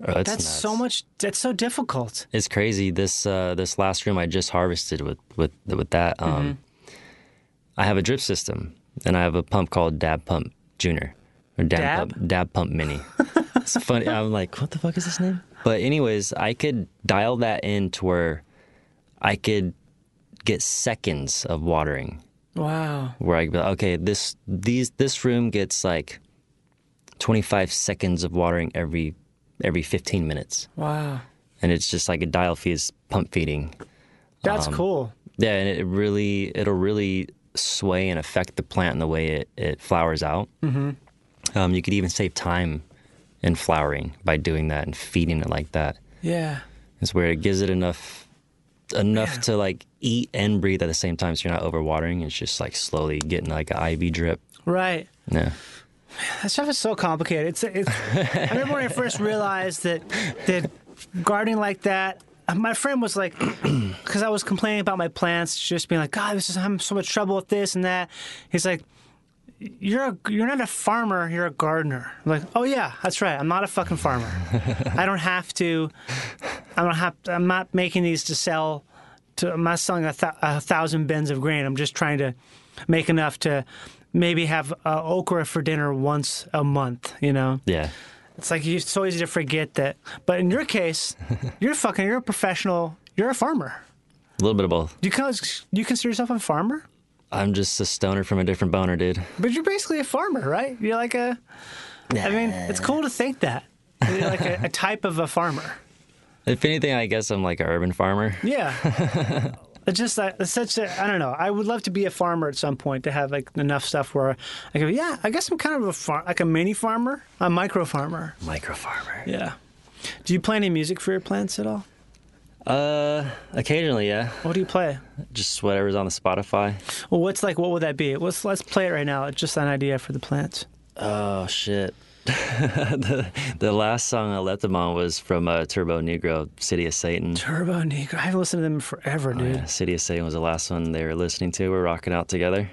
Oh, it's
that's so much. That's so difficult.
It's crazy. This uh, this last room I just harvested with with with that. Um, I have a drip system and I have a pump called Dab Pump Junior or Dab,
Dab?
Pump Dab Pump Mini. it's funny. I'm like, what the fuck is this name? But anyways, I could dial that in to where I could get seconds of watering
Wow.
where I could be like, okay, this these this room gets like 25 seconds of watering every every 15 minutes
Wow.
and it's just like a dial feed is pump feeding.
That's
Um,
cool.
Yeah, and it really it'll really sway and affect the plant in the way it, it flowers out.
Mm-hmm.
Um, you could even save time in flowering by doing that and feeding it like that.
Yeah.
It's where it gives it enough enough to like eat and breathe at the same time, so you're not overwatering. It's just like slowly getting like an IV drip.
Right.
Yeah.
That stuff is so complicated. It's. it's I remember when I first realized that that gardening like that my friend was like, because I was complaining about my plants, just being like, God, this is I'm so much trouble with this and that. He's like, you're a, you're not a farmer, you're a gardener. I'm like, oh yeah, that's right. I'm not a fucking farmer. I don't have to. I don't have. I'm not making these to sell. To, I'm not selling a, th- a thousand bins of grain. I'm just trying to make enough to maybe have uh, okra for dinner once a month. You know.
Yeah.
It's like you- it's so easy to forget that. But in your case, you're fucking. You're a professional. You're a farmer.
A little bit of both.
Do you kind of- you consider yourself a farmer?
I'm just a stoner from a different boner, dude.
But you're basically a farmer, right? You're like a. I mean, it's cool to think that you're like a, a type of a farmer.
If anything, I guess I'm like an urban farmer.
Yeah. It's just that it's such a I don't know. I would love to be a farmer at some point to have like enough stuff where I go, yeah, I guess I'm kind of a far, like a mini farmer, a micro farmer.
Micro farmer.
Yeah. Do you play any music for your plants at all?
Uh, occasionally, yeah.
What do you play?
Just whatever's on the Spotify.
Well, what's like? What would that be? Let's let's play it right now. It's just an idea for the plants.
Oh shit. the, the last song I left them on was from uh, Turbo Negro, City of Satan.
Turbo Negro. I haven't listened to them in forever, dude.
Oh, Yeah, City of Satan was the last one they were listening to. We're rocking out together.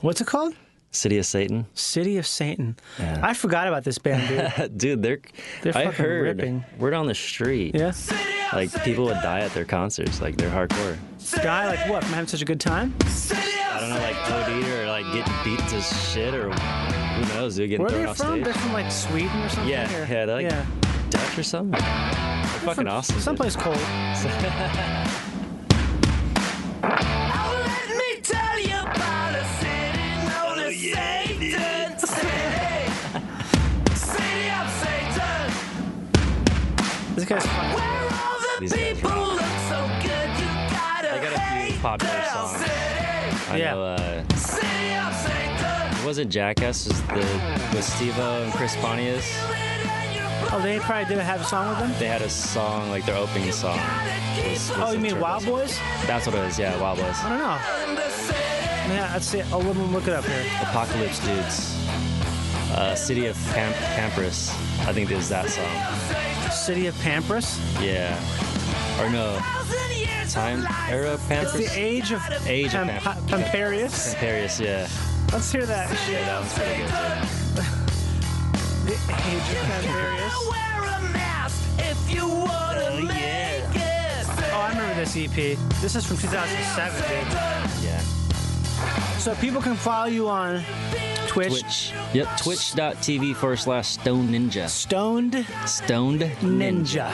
What's it called?
City of Satan.
City of Satan. I forgot about this band, dude.
dude, they're,
They're
I
fucking
heard
ripping.
word on the street.
Yeah.
Like people would die at their concerts. Like they're hardcore.
Die like what? From having such a good time?
I don't know, like OD or like getting beat to shit or who knows, dude, getting
Where are they
thrown off
from?
stage.
They're from like Sweden or something.
Yeah,
or-
yeah, they're like
yeah.
Dutch or something. They're fucking
from
awesome. dude.
Someplace cold. Oh, This guy's fucking.
These guys rock. They got a few popular songs. I
Yeah.
know, uh, it wasn't Jackass, it was the with Steve-O and Chris Pontius.
Oh, they probably didn't have a song with them.
They had a song, like their opening song. was- was
Oh, you
the
mean
Turtles.
Wild Boys?
That's what it was, yeah, Wild Boys.
I don't know. Yeah, that's it. I'll let them look it up here.
Apocalypse Dudes. Uh, City of Pam- Pampers. I think it was that song.
City of Pampers.
Yeah. Or no. Time Era
It's
Pampers?
the age of
Age of
Pam-
Pam-
Pamperius.
Pamperius, yeah.
Let's hear that shit.
Yeah, that one's pretty good. too.
The age of Pamperius. Oh, I remember this EP. This is from 2007, dude.
Yeah.
So people can follow you on Twitch.
Twitch. Yep. Twitch.tv forward slash Stone Ninja.
Stoned
Stoned
Ninja.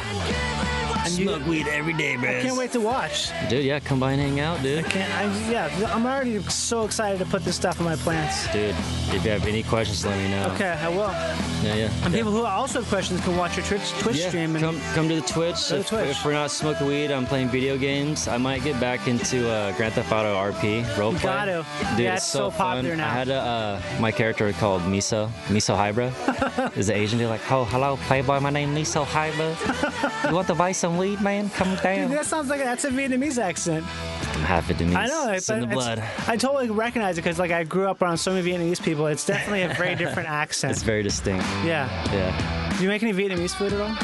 And you smoke weed every day, bro.
Can't wait to watch.
Dude, yeah, come by and hang out, dude.
Can't, I, yeah, I'm already so excited to put this stuff in my plants.
Dude, if you have any questions, let me know.
Okay, I will. And
Yeah, yeah. yeah.
people who also have questions can watch your Twitch Twitch
yeah,
stream. And
come come to the Twitch.
Go to
if,
Twitch.
if we're not smoking weed, I'm playing video games. I might get back into uh, Grand Theft Auto RP roleplay.
gotta.
Dude,
Yeah,
it's
it's
so,
so popular
fun.
now.
I had a, uh, my character called Miso Miso Hybra. Is the Asian dude like, oh hello playboy, my name Miso Hybra. You want to buy some weed, man? Come down.
Dude, that sounds like that's a Vietnamese accent.
I'm half Vietnamese.
I know.
It's in the blood.
I totally recognize it because like I grew up around so many Vietnamese people. It's definitely a very different accent.
It's very distinct.
yeah.
Yeah.
Do you make any Vietnamese food at all?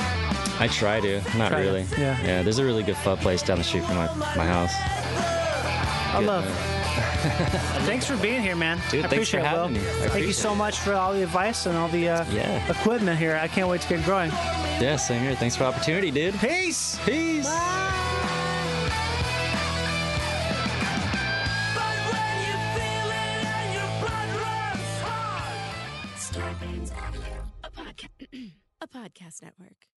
I try to.
Try
Not
to,
really.
yeah.
Yeah. There's a really good pho place down the street from my, my house. uh,
I love. thanks for being here, man.
Dude,
I
thanks for
appreciate it,
having
Will.
me. I
Thank you
appreciate
so
it.
much for all the advice and all the uh,
Yeah.
equipment here. I can't wait to get growing.
Yeah, same here. Thanks for the opportunity, dude.
Peace.
Peace.
Star Bands Audio, a, podca- a podcast network.